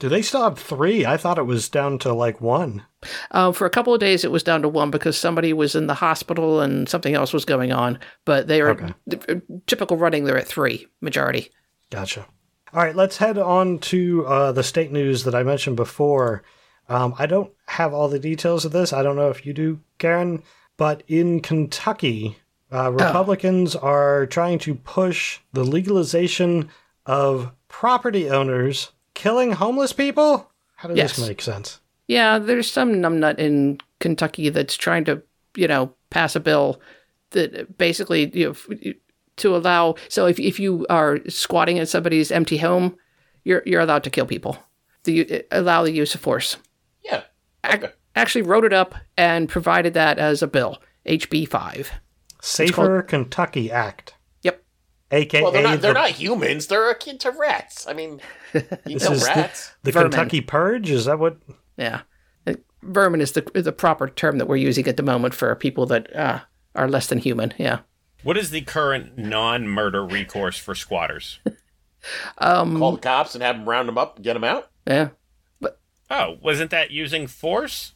Do they still have three? I thought it was down to like one. Um, for a couple of days, it was down to one because somebody was in the hospital and something else was going on. But they are Okay. th- typical running. They're at three majority. Gotcha. All right, let's head on to uh, the state news that I mentioned before. Um, I don't have all the details of this. I don't know if you do, Karen, but in Kentucky, Oh. uh, Republicans are trying to push the legalization of property owners killing homeless people. How does Yes. this make sense? Yeah, there's some numbnut in Kentucky that's trying to, you know, pass a bill that basically you know, f- to allow. So if if you are squatting at somebody's empty home, you're you're allowed to kill people. The, uh, allow the use of force. Yeah. Ac- actually, wrote it up and provided that as a bill, HB five. Safer Kentucky Act, Yep. aka Well, they're not they're the, not humans. They're akin to rats. I mean, you know, is the- rats. the vermin. Kentucky Purge. Is that what? Yeah. Uh, Vermin is the the proper term that we're using at the moment for people that uh, are less than human. Yeah. What is the current non-murder recourse for squatters? Call the cops and have them round them up and get them out. Um, Yeah. Oh, wasn't that using force?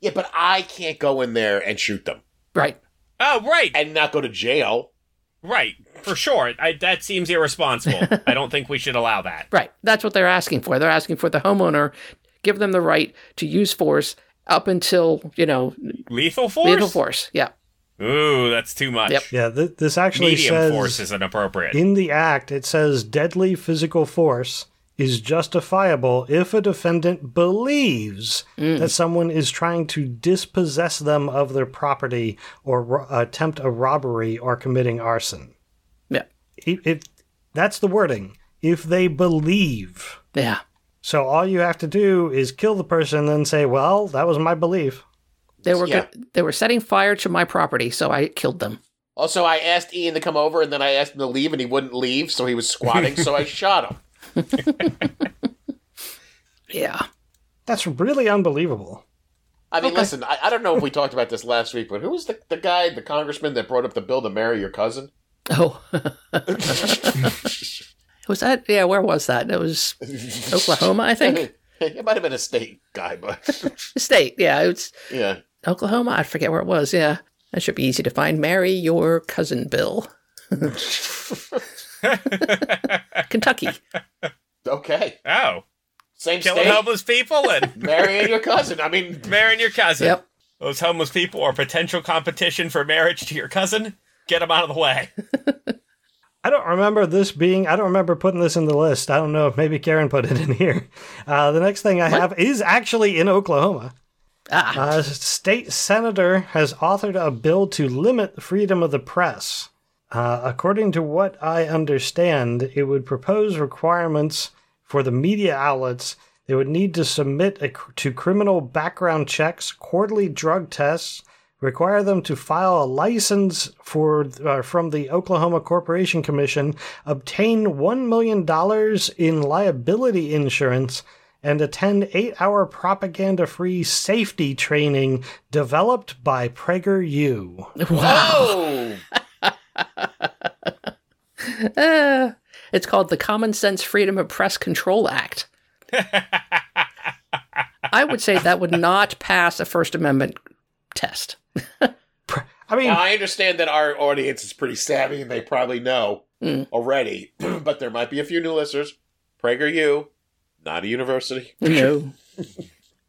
Yeah, but I can't go in there and shoot them Right. Oh, right, and not go to jail. right, for sure. I, that seems irresponsible. I don't think we should allow that. Right. That's what they're asking for. They're asking for the homeowner give them the right to use force up until, you know, Lethal force. lethal force. Yeah. Ooh, that's too much. Yep. Yeah, th- this actually Medium says force is inappropriate. In the act, it says deadly physical force is justifiable if a defendant believes that someone is trying to dispossess them of their property or ro- attempt a robbery or committing arson. Yeah. If, if that's the wording, if they believe. Yeah. So all you have to do is kill the person and then say, "Well, that was my belief." They were Yeah. good. they were setting fire to my property, so I killed them. Also, I asked Ian to come over, and then I asked him to leave, and he wouldn't leave, so he was squatting, so I shot him. Yeah. That's really unbelievable. I mean, Okay. listen, I, I don't know if we talked about this last week, but who was the, the guy, the congressman that brought up the bill to marry your cousin? Oh. was that yeah, where was that? It was Oklahoma, I think. it might have been a state guy, but State. Yeah, it's yeah. Oklahoma. I forget where it was. Yeah. That should be easy to find. Marry your cousin Bill. Kentucky. Okay. Oh, Same killing state. homeless people and Marrying your cousin. I mean, marrying your cousin. Yep. Those homeless people are potential competition for marriage to your cousin. Get them out of the way. I don't remember this being. I don't remember putting this in the list. I don't know if maybe Karen put it in here. Uh, the next thing I have is actually in Oklahoma. Ah. A state senator has authored a bill to limit the freedom of the press. Uh, according to what I understand, it would propose requirements for the media outlets. They would need to submit a, to criminal background checks, quarterly drug tests, require them to file a license for uh, from the Oklahoma Corporation Commission, obtain one million dollars in liability insurance, and attend eight-hour propaganda-free safety training developed by PragerU. Wow. oh, Uh, it's called the Common Sense Freedom of Press Control Act. I would say that would not pass a First Amendment test. I mean, Now, I understand that our audience is pretty savvy and they probably know Mm. already, but there might be a few new listeners. PragerU, not a university. No.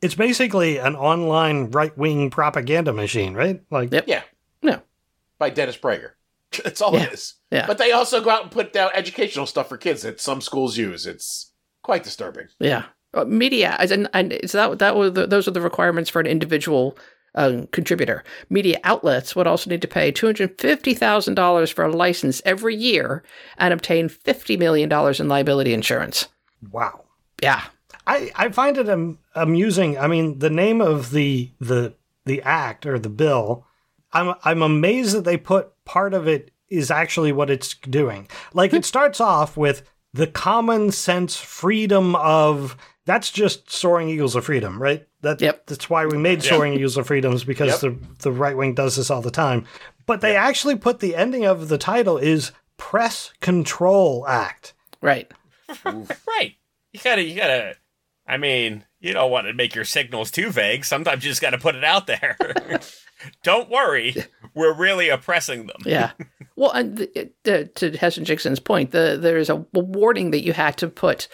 it's basically an online right-wing propaganda machine, right? Like, Yep. Yeah. No. By Dennis Prager. That's all Yeah. it is. Yeah. But they also go out and put down educational stuff for kids that some schools use. It's quite disturbing. Yeah. Uh, media, as in, and so that that were the, those are the requirements for an individual um, contributor. Media outlets would also need to pay $250,000 for a license every year and obtain $50 million in liability insurance. Wow. Yeah. I, I find it am- amusing. I mean, the name of the the the act or the bill, I'm I'm amazed that they put part of it is actually what it's doing. Like it starts off with the common sense freedom of that's just soaring eagles of freedom, right? That Yep. that's why we made soaring eagles of freedoms because the the right wing does this all the time. But they actually put the ending of the title is Press Control Act. Right. Right. You gotta, you gotta. I mean, you don't want to make your signals too vague. Sometimes you just gotta put it out there. don't worry, we're really oppressing them. Yeah. well, and the, it- the, to Heston Dixon's point, the, there is a warning that you had to put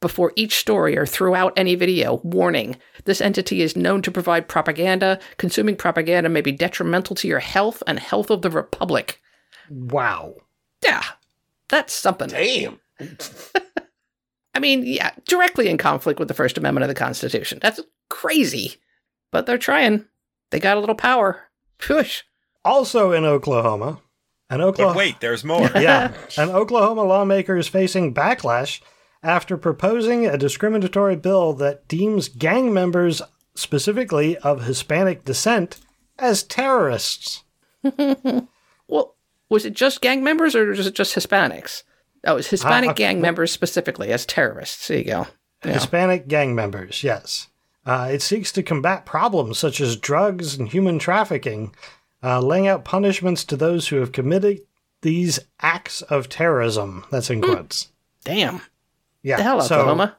before each story or throughout any video. Warning: This entity is known to provide propaganda. Consuming propaganda may be detrimental to your health and health of the republic. Wow. Yeah, that's something. Damn. I mean, yeah, directly in conflict with the First Amendment of the Constitution. That's crazy, but they're trying. They got a little power. Push. Also in Oklahoma, an Oklahoma But wait, there's more. yeah. An Oklahoma lawmaker is facing backlash after proposing a discriminatory bill that deems gang members, specifically of Hispanic descent, as terrorists. Well, was it just gang members or was it just Hispanics? Oh, it was Hispanic Uh, uh, gang members specifically as terrorists. There you go. Yeah. Hispanic gang members, yes. Uh, it seeks to combat problems such as drugs and human trafficking, uh, laying out punishments to those who have committed these acts of terrorism. That's in quotes. Damn. Yeah. Hmm. The hell, so- Oklahoma.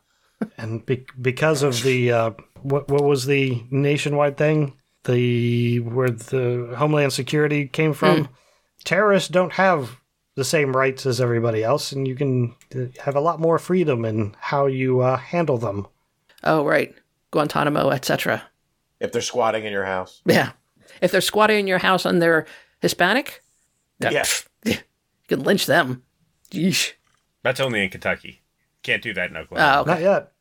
and be- because of the uh, what what was the nationwide thing the where the homeland security came from terrorists don't have the same rights as everybody else and you can uh, have a lot more freedom in how you uh, handle them Oh, right. Guantanamo, etc. If they're squatting in your house. Yeah. If they're squatting in your house and they're Hispanic, yeah, Yeah. pff, you can lynch them. Yeesh. That's only in Kentucky. Can't do that in Oklahoma. Oh, okay. not yet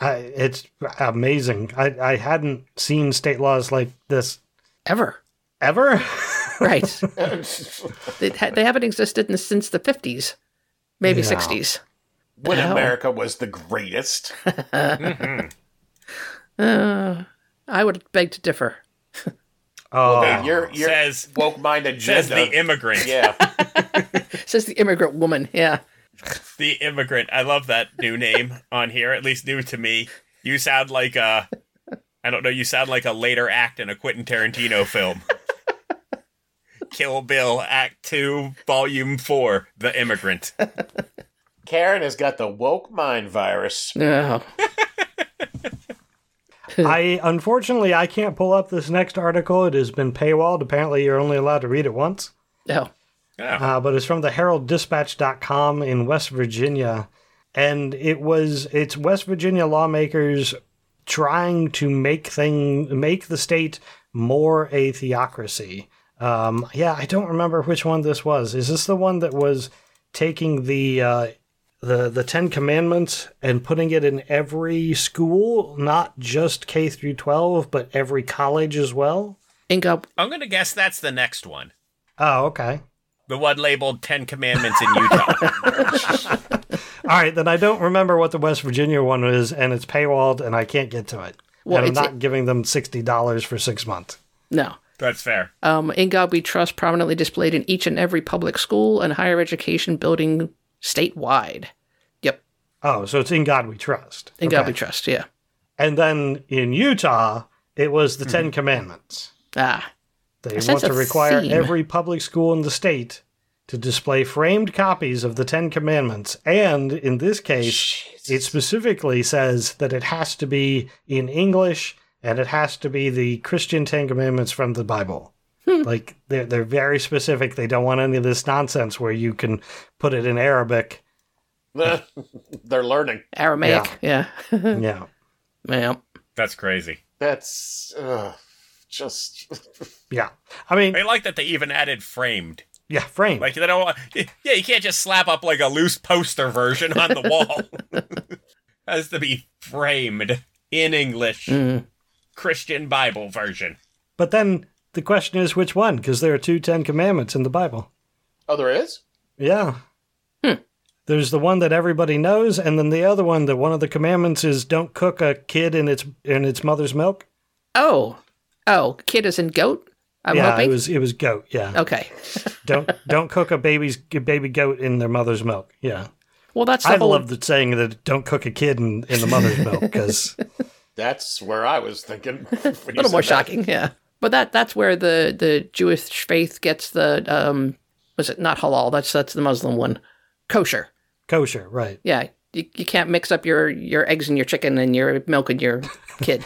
I, it's amazing I, I hadn't seen state laws like this Ever. ever Right. they, ha- they haven't existed in- since the 50s, maybe Yeah. 60s. When Wow. America was the greatest. Uh, I would beg to differ. oh Dude, Uh, your your Says- woke mind agenda. Says the immigrant. yeah. Says the immigrant woman. Yeah. The immigrant. I love that new name on here, at least new to me. You sound like a. I don't know, you sound like a later act in a Quentin Tarantino film. Kill Bill, Act 2, Volume 4, The Immigrant. Karen has got the woke mind virus. No. I unfortunately I can't pull up this next article. It has been paywalled. Apparently, you're only allowed to read it once. No. Oh, Uh, but it's from the HeraldDispatch.com in West Virginia, and it was it's West Virginia lawmakers trying to make thing make the state more a theocracy. Um, yeah, I don't remember which one this was. Is this the one that was taking the uh, the the Ten Commandments and putting it in every school, not just K through twelve, but every college as well? Inga I'm going to guess that's the next one. Oh, okay. The one labeled Ten Commandments in Utah. All right, then I don't remember what the West Virginia one is, and it's paywalled, and I can't get to it. Well, and I'm it's- not giving them sixty dollars for six months. No. that's fair. Um, in God We Trust prominently displayed in each and every public school and higher education building statewide. Yep. Oh, so it's in God we trust. In God Okay. We Trust. Yeah. And then in Utah, it was the Hmm. Ten Commandments. Ah. They I sense want to a require theme. every public school in the state to display framed copies of the Ten Commandments, and in this case, it specifically says that it has to be in English and it has to be the Christian Ten Commandments from the Bible. Like they're they're very specific. They don't want any of this nonsense where you can put it in Arabic. They're learning. Aramaic. Yeah. Yeah. yeah. That's crazy. That's uh, just Yeah. I mean, I like that they even added framed. yeah, frame. Like they don't want, yeah, you can't just slap up like a loose poster version on the wall. Has to be framed in English. Mm. Christian Bible version. But then the question is which one? Because there are two Ten Commandments in the Bible. Oh, there is? Yeah. Hmm. There's the one that everybody knows, and then the other one that one of the commandments is don't cook a kid in its in its mother's milk. Oh, oh, kid is in goat. I'm yeah, hoping. it was it was goat. Yeah, okay. don't don't cook a baby's a baby goat in their mother's milk. Yeah, Well, that's the I whole. love the saying that don't cook a kid in, in the mother's milk because That's where I was thinking. A a little more shocking, yeah. But that that's where the the Jewish faith gets the um was it not halal? That's that's the Muslim one, kosher. kosher, right? Yeah, you, you can't mix up your your eggs and your chicken and your milk and your kid.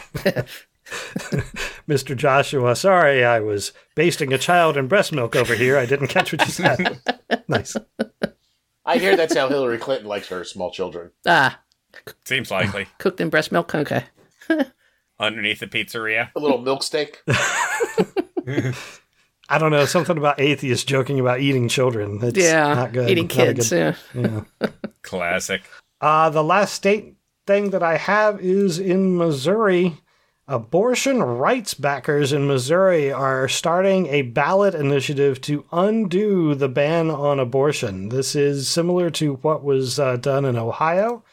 Mr. Joshua, sorry, I was basting a child in breast milk over here. I didn't catch what you said. nice. I hear that's how Hillary Clinton likes her small children. ah, Seems likely. cooked in breast milk. Okay, Underneath the pizzeria. A little milk steak. I don't know something about atheists joking about eating children. It's yeah, not good. eating Not a kids. good- yeah. yeah. Classic. Uh, the last state thing that I have is in Missouri. Abortion rights backers in Missouri are starting a ballot initiative to undo the ban on abortion. This is similar to what was uh, done in Ohio.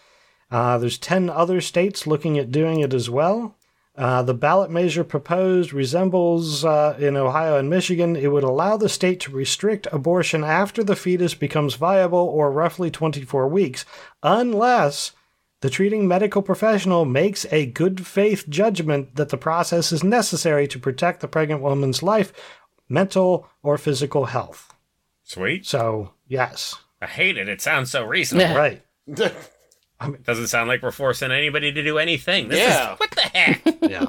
Uh, there's 10 other states looking at doing it as well. Uh, the ballot measure proposed resembles uh, in Ohio and Michigan. It would allow the state to restrict abortion after the fetus becomes viable or roughly 24 weeks, unless the treating medical professional makes a good faith judgment that the process is necessary to protect the pregnant woman's life, mental, or physical health. Sweet. So, yes, I hate it. It sounds so reasonable. Yeah. right. Doesn't sound like we're forcing anybody to do anything. This Yeah. is what the heck? Yeah.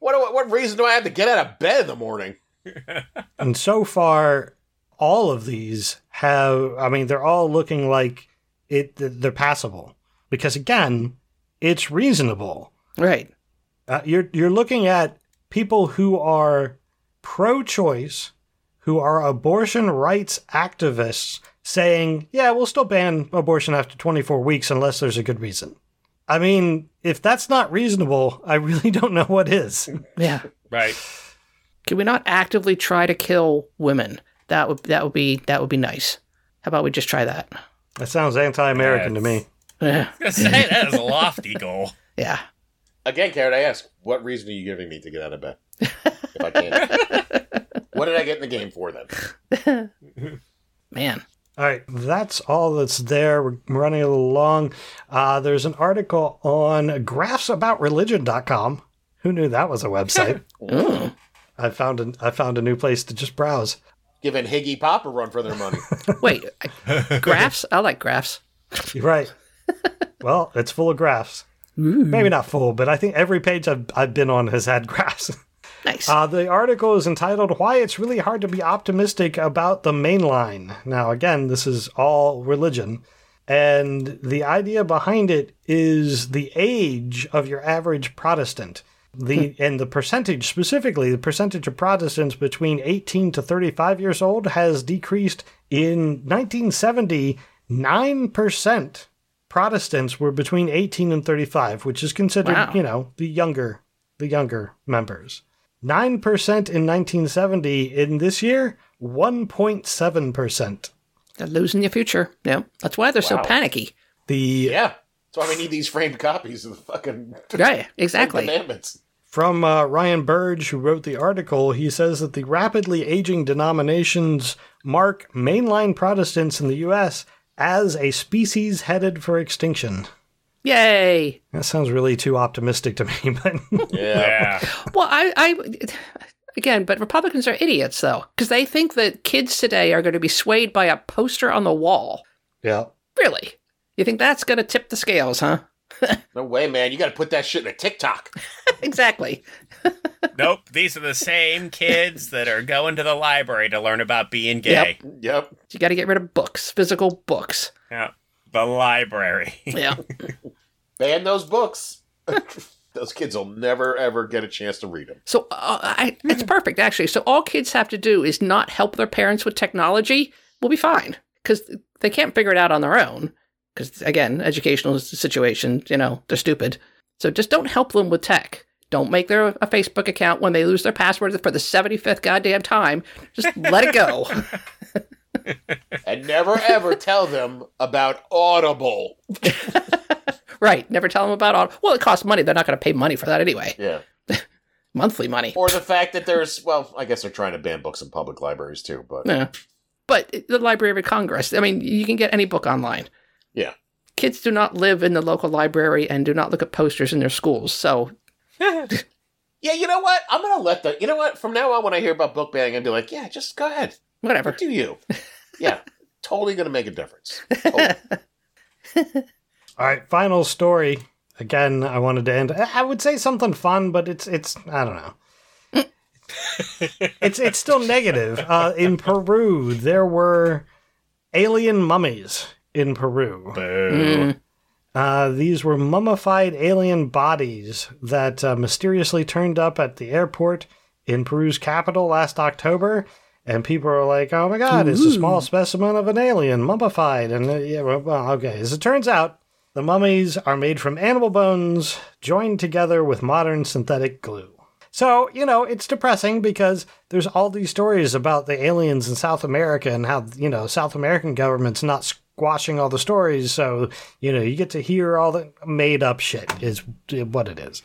What, do I- what reason do I have to get out of bed in the morning? And so far, all of these have, I mean, they're all looking like it. they're passable. Because again, it's reasonable. right. Uh, you're, you're looking at people who are pro choice, who are abortion rights activists saying, yeah, we'll still ban abortion after 24 weeks unless there's a good reason. I mean, if that's not reasonable, I really don't know what is. Yeah. Right. Can we not actively try to kill women? That would that would be that would be nice. How about we just try that? That sounds anti American to me. Yeah. I was gonna say, that is a lofty goal. yeah. Again, Karen, I ask, what reason are you giving me to get out of bed? If I can. what did I get in the game for then? Man. All right, that's all that's there. We're running a little long. Uh, there's an article on graphsaboutreligion.com. Who knew that was a website? Ooh. I found a, I found a new place to just browse. Giving Higgy Pop a run for their money. Wait. I- graphs? I like graphs. You're right. well, it's full of graphs. Maybe not full, but I think every page I've, I've been on has had graphs. Nice. Uh, the article is entitled Why It's Really Hard to Be Optimistic About the Mainline. Now, again, this is all religion. And the idea behind it is the age of your average Protestant. The and the percentage specifically, the percentage of Protestants between 18 to 35 years old has decreased in 1970 9% Protestants were between 18 and 35, which is considered, Wow. you know, the younger the younger members. 9% in 1970. In this year, 1.7%. They're losing your future. Yeah. That's why they're so panicky. The Yeah. That's why we need these framed copies of the fucking Right. Exactly. commandments. From uh, Ryan Burge, who wrote the article, he says that the rapidly aging denominations mark mainline Protestants in the U.S. as a species headed for extinction. Yay. That sounds really too optimistic to me, but Yeah. Yeah. Well, I, I again, but Republicans are idiots though, because they think that kids today are going to be swayed by a poster on the wall. yeah. Really? You think that's going to tip the scales, huh? No way, man. You got to put that shit in a TikTok. exactly. Nope. These are the same kids that are going to the library to learn about being gay. Yep. You got to get rid of books, physical books. Yeah. The library. Yeah. Ban those books. those kids will never, ever get a chance to read them. So uh, I, it's perfect, actually. So all kids have to do is not help their parents with technology. We'll be fine because they can't figure it out on their own. Because again, educational s- situation, you know, they're stupid. So just don't help them with tech. Don't make their a Facebook account when they lose their password for the 75th goddamn time. Just let it go. And never ever tell them about Audible. right. Never tell them about all. Well, it costs money. They're not going to pay money for that anyway. Yeah. Monthly money. Or the fact that there's, well, I guess they're trying to ban books in public libraries too, but Yeah. But the Library of Congress, I mean, you can get any book online. Yeah. Kids do not live in the local library and do not look at posters in their schools. So, yeah, you know what? I'm gonna let the, you know what? From now on, when I hear about book banning, I'm gonna be like, yeah, just go ahead, whatever. do you? Yeah, totally gonna make a difference. Oh, Totally. All right, final story. Again, I wanted to end. I I would say something fun, but it's it's I don't know. it's it's still negative. Uh, in Peru, there were alien mummies in Peru. Boo. Uh, these were mummified alien bodies that uh, mysteriously turned up at the airport in Peru's capital last October. And people are like, oh my God, it's a small specimen of an alien mummified. And uh, yeah, well, well, okay. As it turns out, the mummies are made from animal bones joined together with modern synthetic glue. So, you know, it's depressing because there's all these stories about the aliens in South America and how, you know, South American government's not squashing all the stories. So, you know, you get to hear all the made up shit is what it is.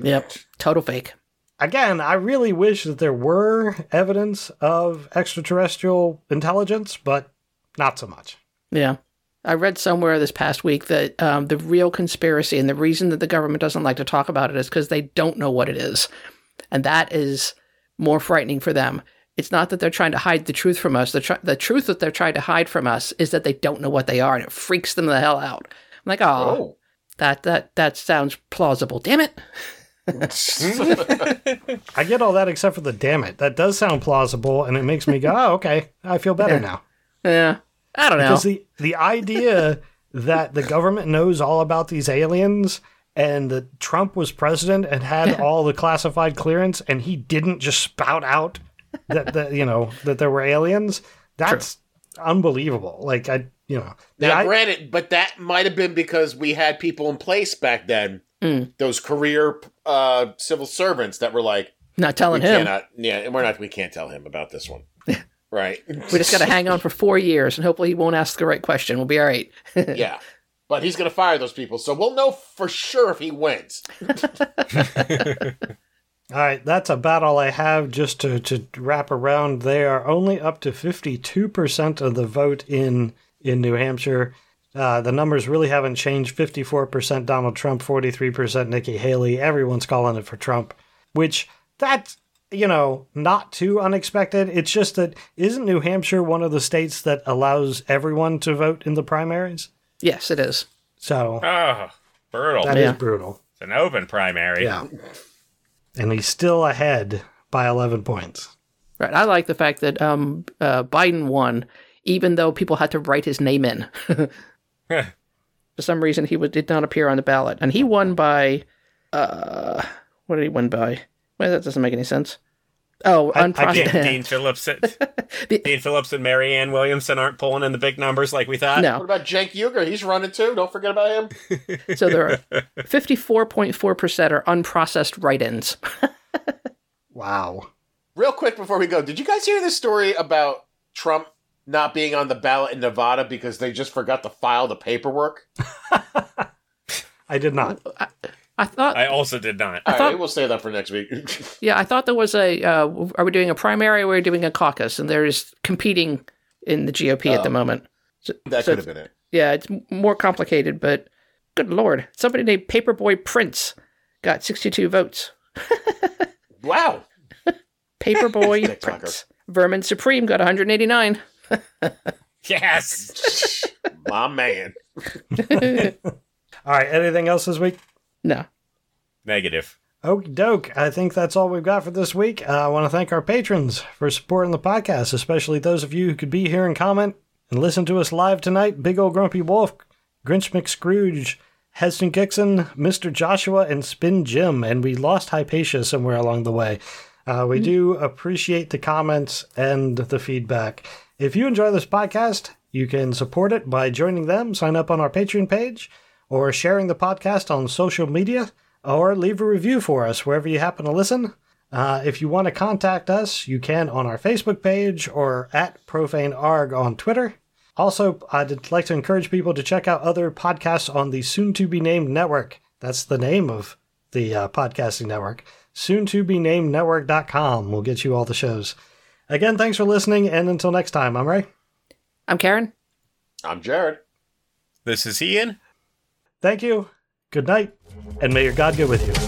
Yep. Total fake. Again, I really wish that there were evidence of extraterrestrial intelligence, but not so much. Yeah. I read somewhere this past week that um, the real conspiracy and the reason that the government doesn't like to talk about it is because they don't know what it is. And that is more frightening for them. It's not that they're trying to hide the truth from us. The, tr- the truth that they're trying to hide from us is that they don't know what they are, and it freaks them the hell out. I'm like, oh, Oh. that that that sounds plausible. Damn it! I get all that except for the damn it. That does sound plausible, and it makes me go, oh, okay, I feel better now. Yeah, I don't know. Because the, the idea that the government knows all about these aliens and that Trump was president and had all the classified clearance and he didn't just spout out that, that you know that there were aliens, that's unbelievable. Like I you know the Now, i- granted, but that might have been because we had people in place back then, those career uh, civil servants that were like, Not telling we him. cannot, yeah, and we're not, we can't tell him about this one, right? We just got to hang on for four years, and hopefully he won't ask the right question. We'll be all right. yeah, but he's gonna fire those people, so we'll know for sure if he wins. All right, that's about all I have. Just to, to wrap around, they are only up to 52% of the vote in, in New Hampshire. Uh, the numbers really haven't changed 54% Donald Trump, 43% Nikki Haley. Everyone's calling it for Trump, which that's, you know, not too unexpected. It's just that isn't New Hampshire one of the states that allows everyone to vote in the primaries? yes, it is. So Oh, that brutal. is Yeah. brutal. it's an open primary. Yeah. And he's still ahead by 11 points. Right. I like the fact that um, uh, Biden won, even though people had to write his name in. For some reason, he would, did not appear on the ballot, and he won by. Uh, what did he win by? Well, that doesn't make any sense. Oh, I- I Dean, can't- unprocessed. Dean Phillips, Dean Phillips, and Mary Ann Williamson aren't pulling in the big numbers like we thought. no. What about Jake Uger? He's running too. Don't forget about him. So there are 54.4% are unprocessed write ins. Wow. Real quick before we go, did you guys hear this story about Trump not being on the ballot in Nevada because they just forgot to file the paperwork? I did not. I thought, I also did not. All thought- right, we'll save that for next week. yeah, I thought there was a, uh, are we doing a primary or are we doing a caucus? And there's competing in the GOP at the moment. that could have been it. Yeah, it's m- more complicated, but good lord. Somebody named Paperboy Prince got 62 votes. Wow. Paperboy Dick sucker. Prince. Vermin Supreme got 189. Yes. My man. All right. Anything else this week? No. Negative. Okie doke. I think that's all we've got for this week. Uh, I want to thank our patrons for supporting the podcast, especially those of you who could be here and comment and listen to us live tonight. Big Old Grumpy Wolf, Grinch McScrooge, Heston Kixon, Mr. Joshua, and Spin Jim. And we lost Hypatia somewhere along the way. Uh, we do appreciate the comments and the feedback. If you enjoy this podcast, you can support it by joining them, sign up on our Patreon page, or sharing the podcast on social media. or leave a review for us wherever you happen to listen. Uh, if you want to contact us, you can on our Facebook page or at ProfaneArg on Twitter. Also, I'd like to encourage people to check out other podcasts on the soon to be named network. That's the name of the uh, podcasting network. Soon to be named network.com will get you all the shows. Again, thanks for listening, and until next time, I'm Ray. I'm Karen. I'm Jared. This is Ian. Thank you, good night, and may your God go with you.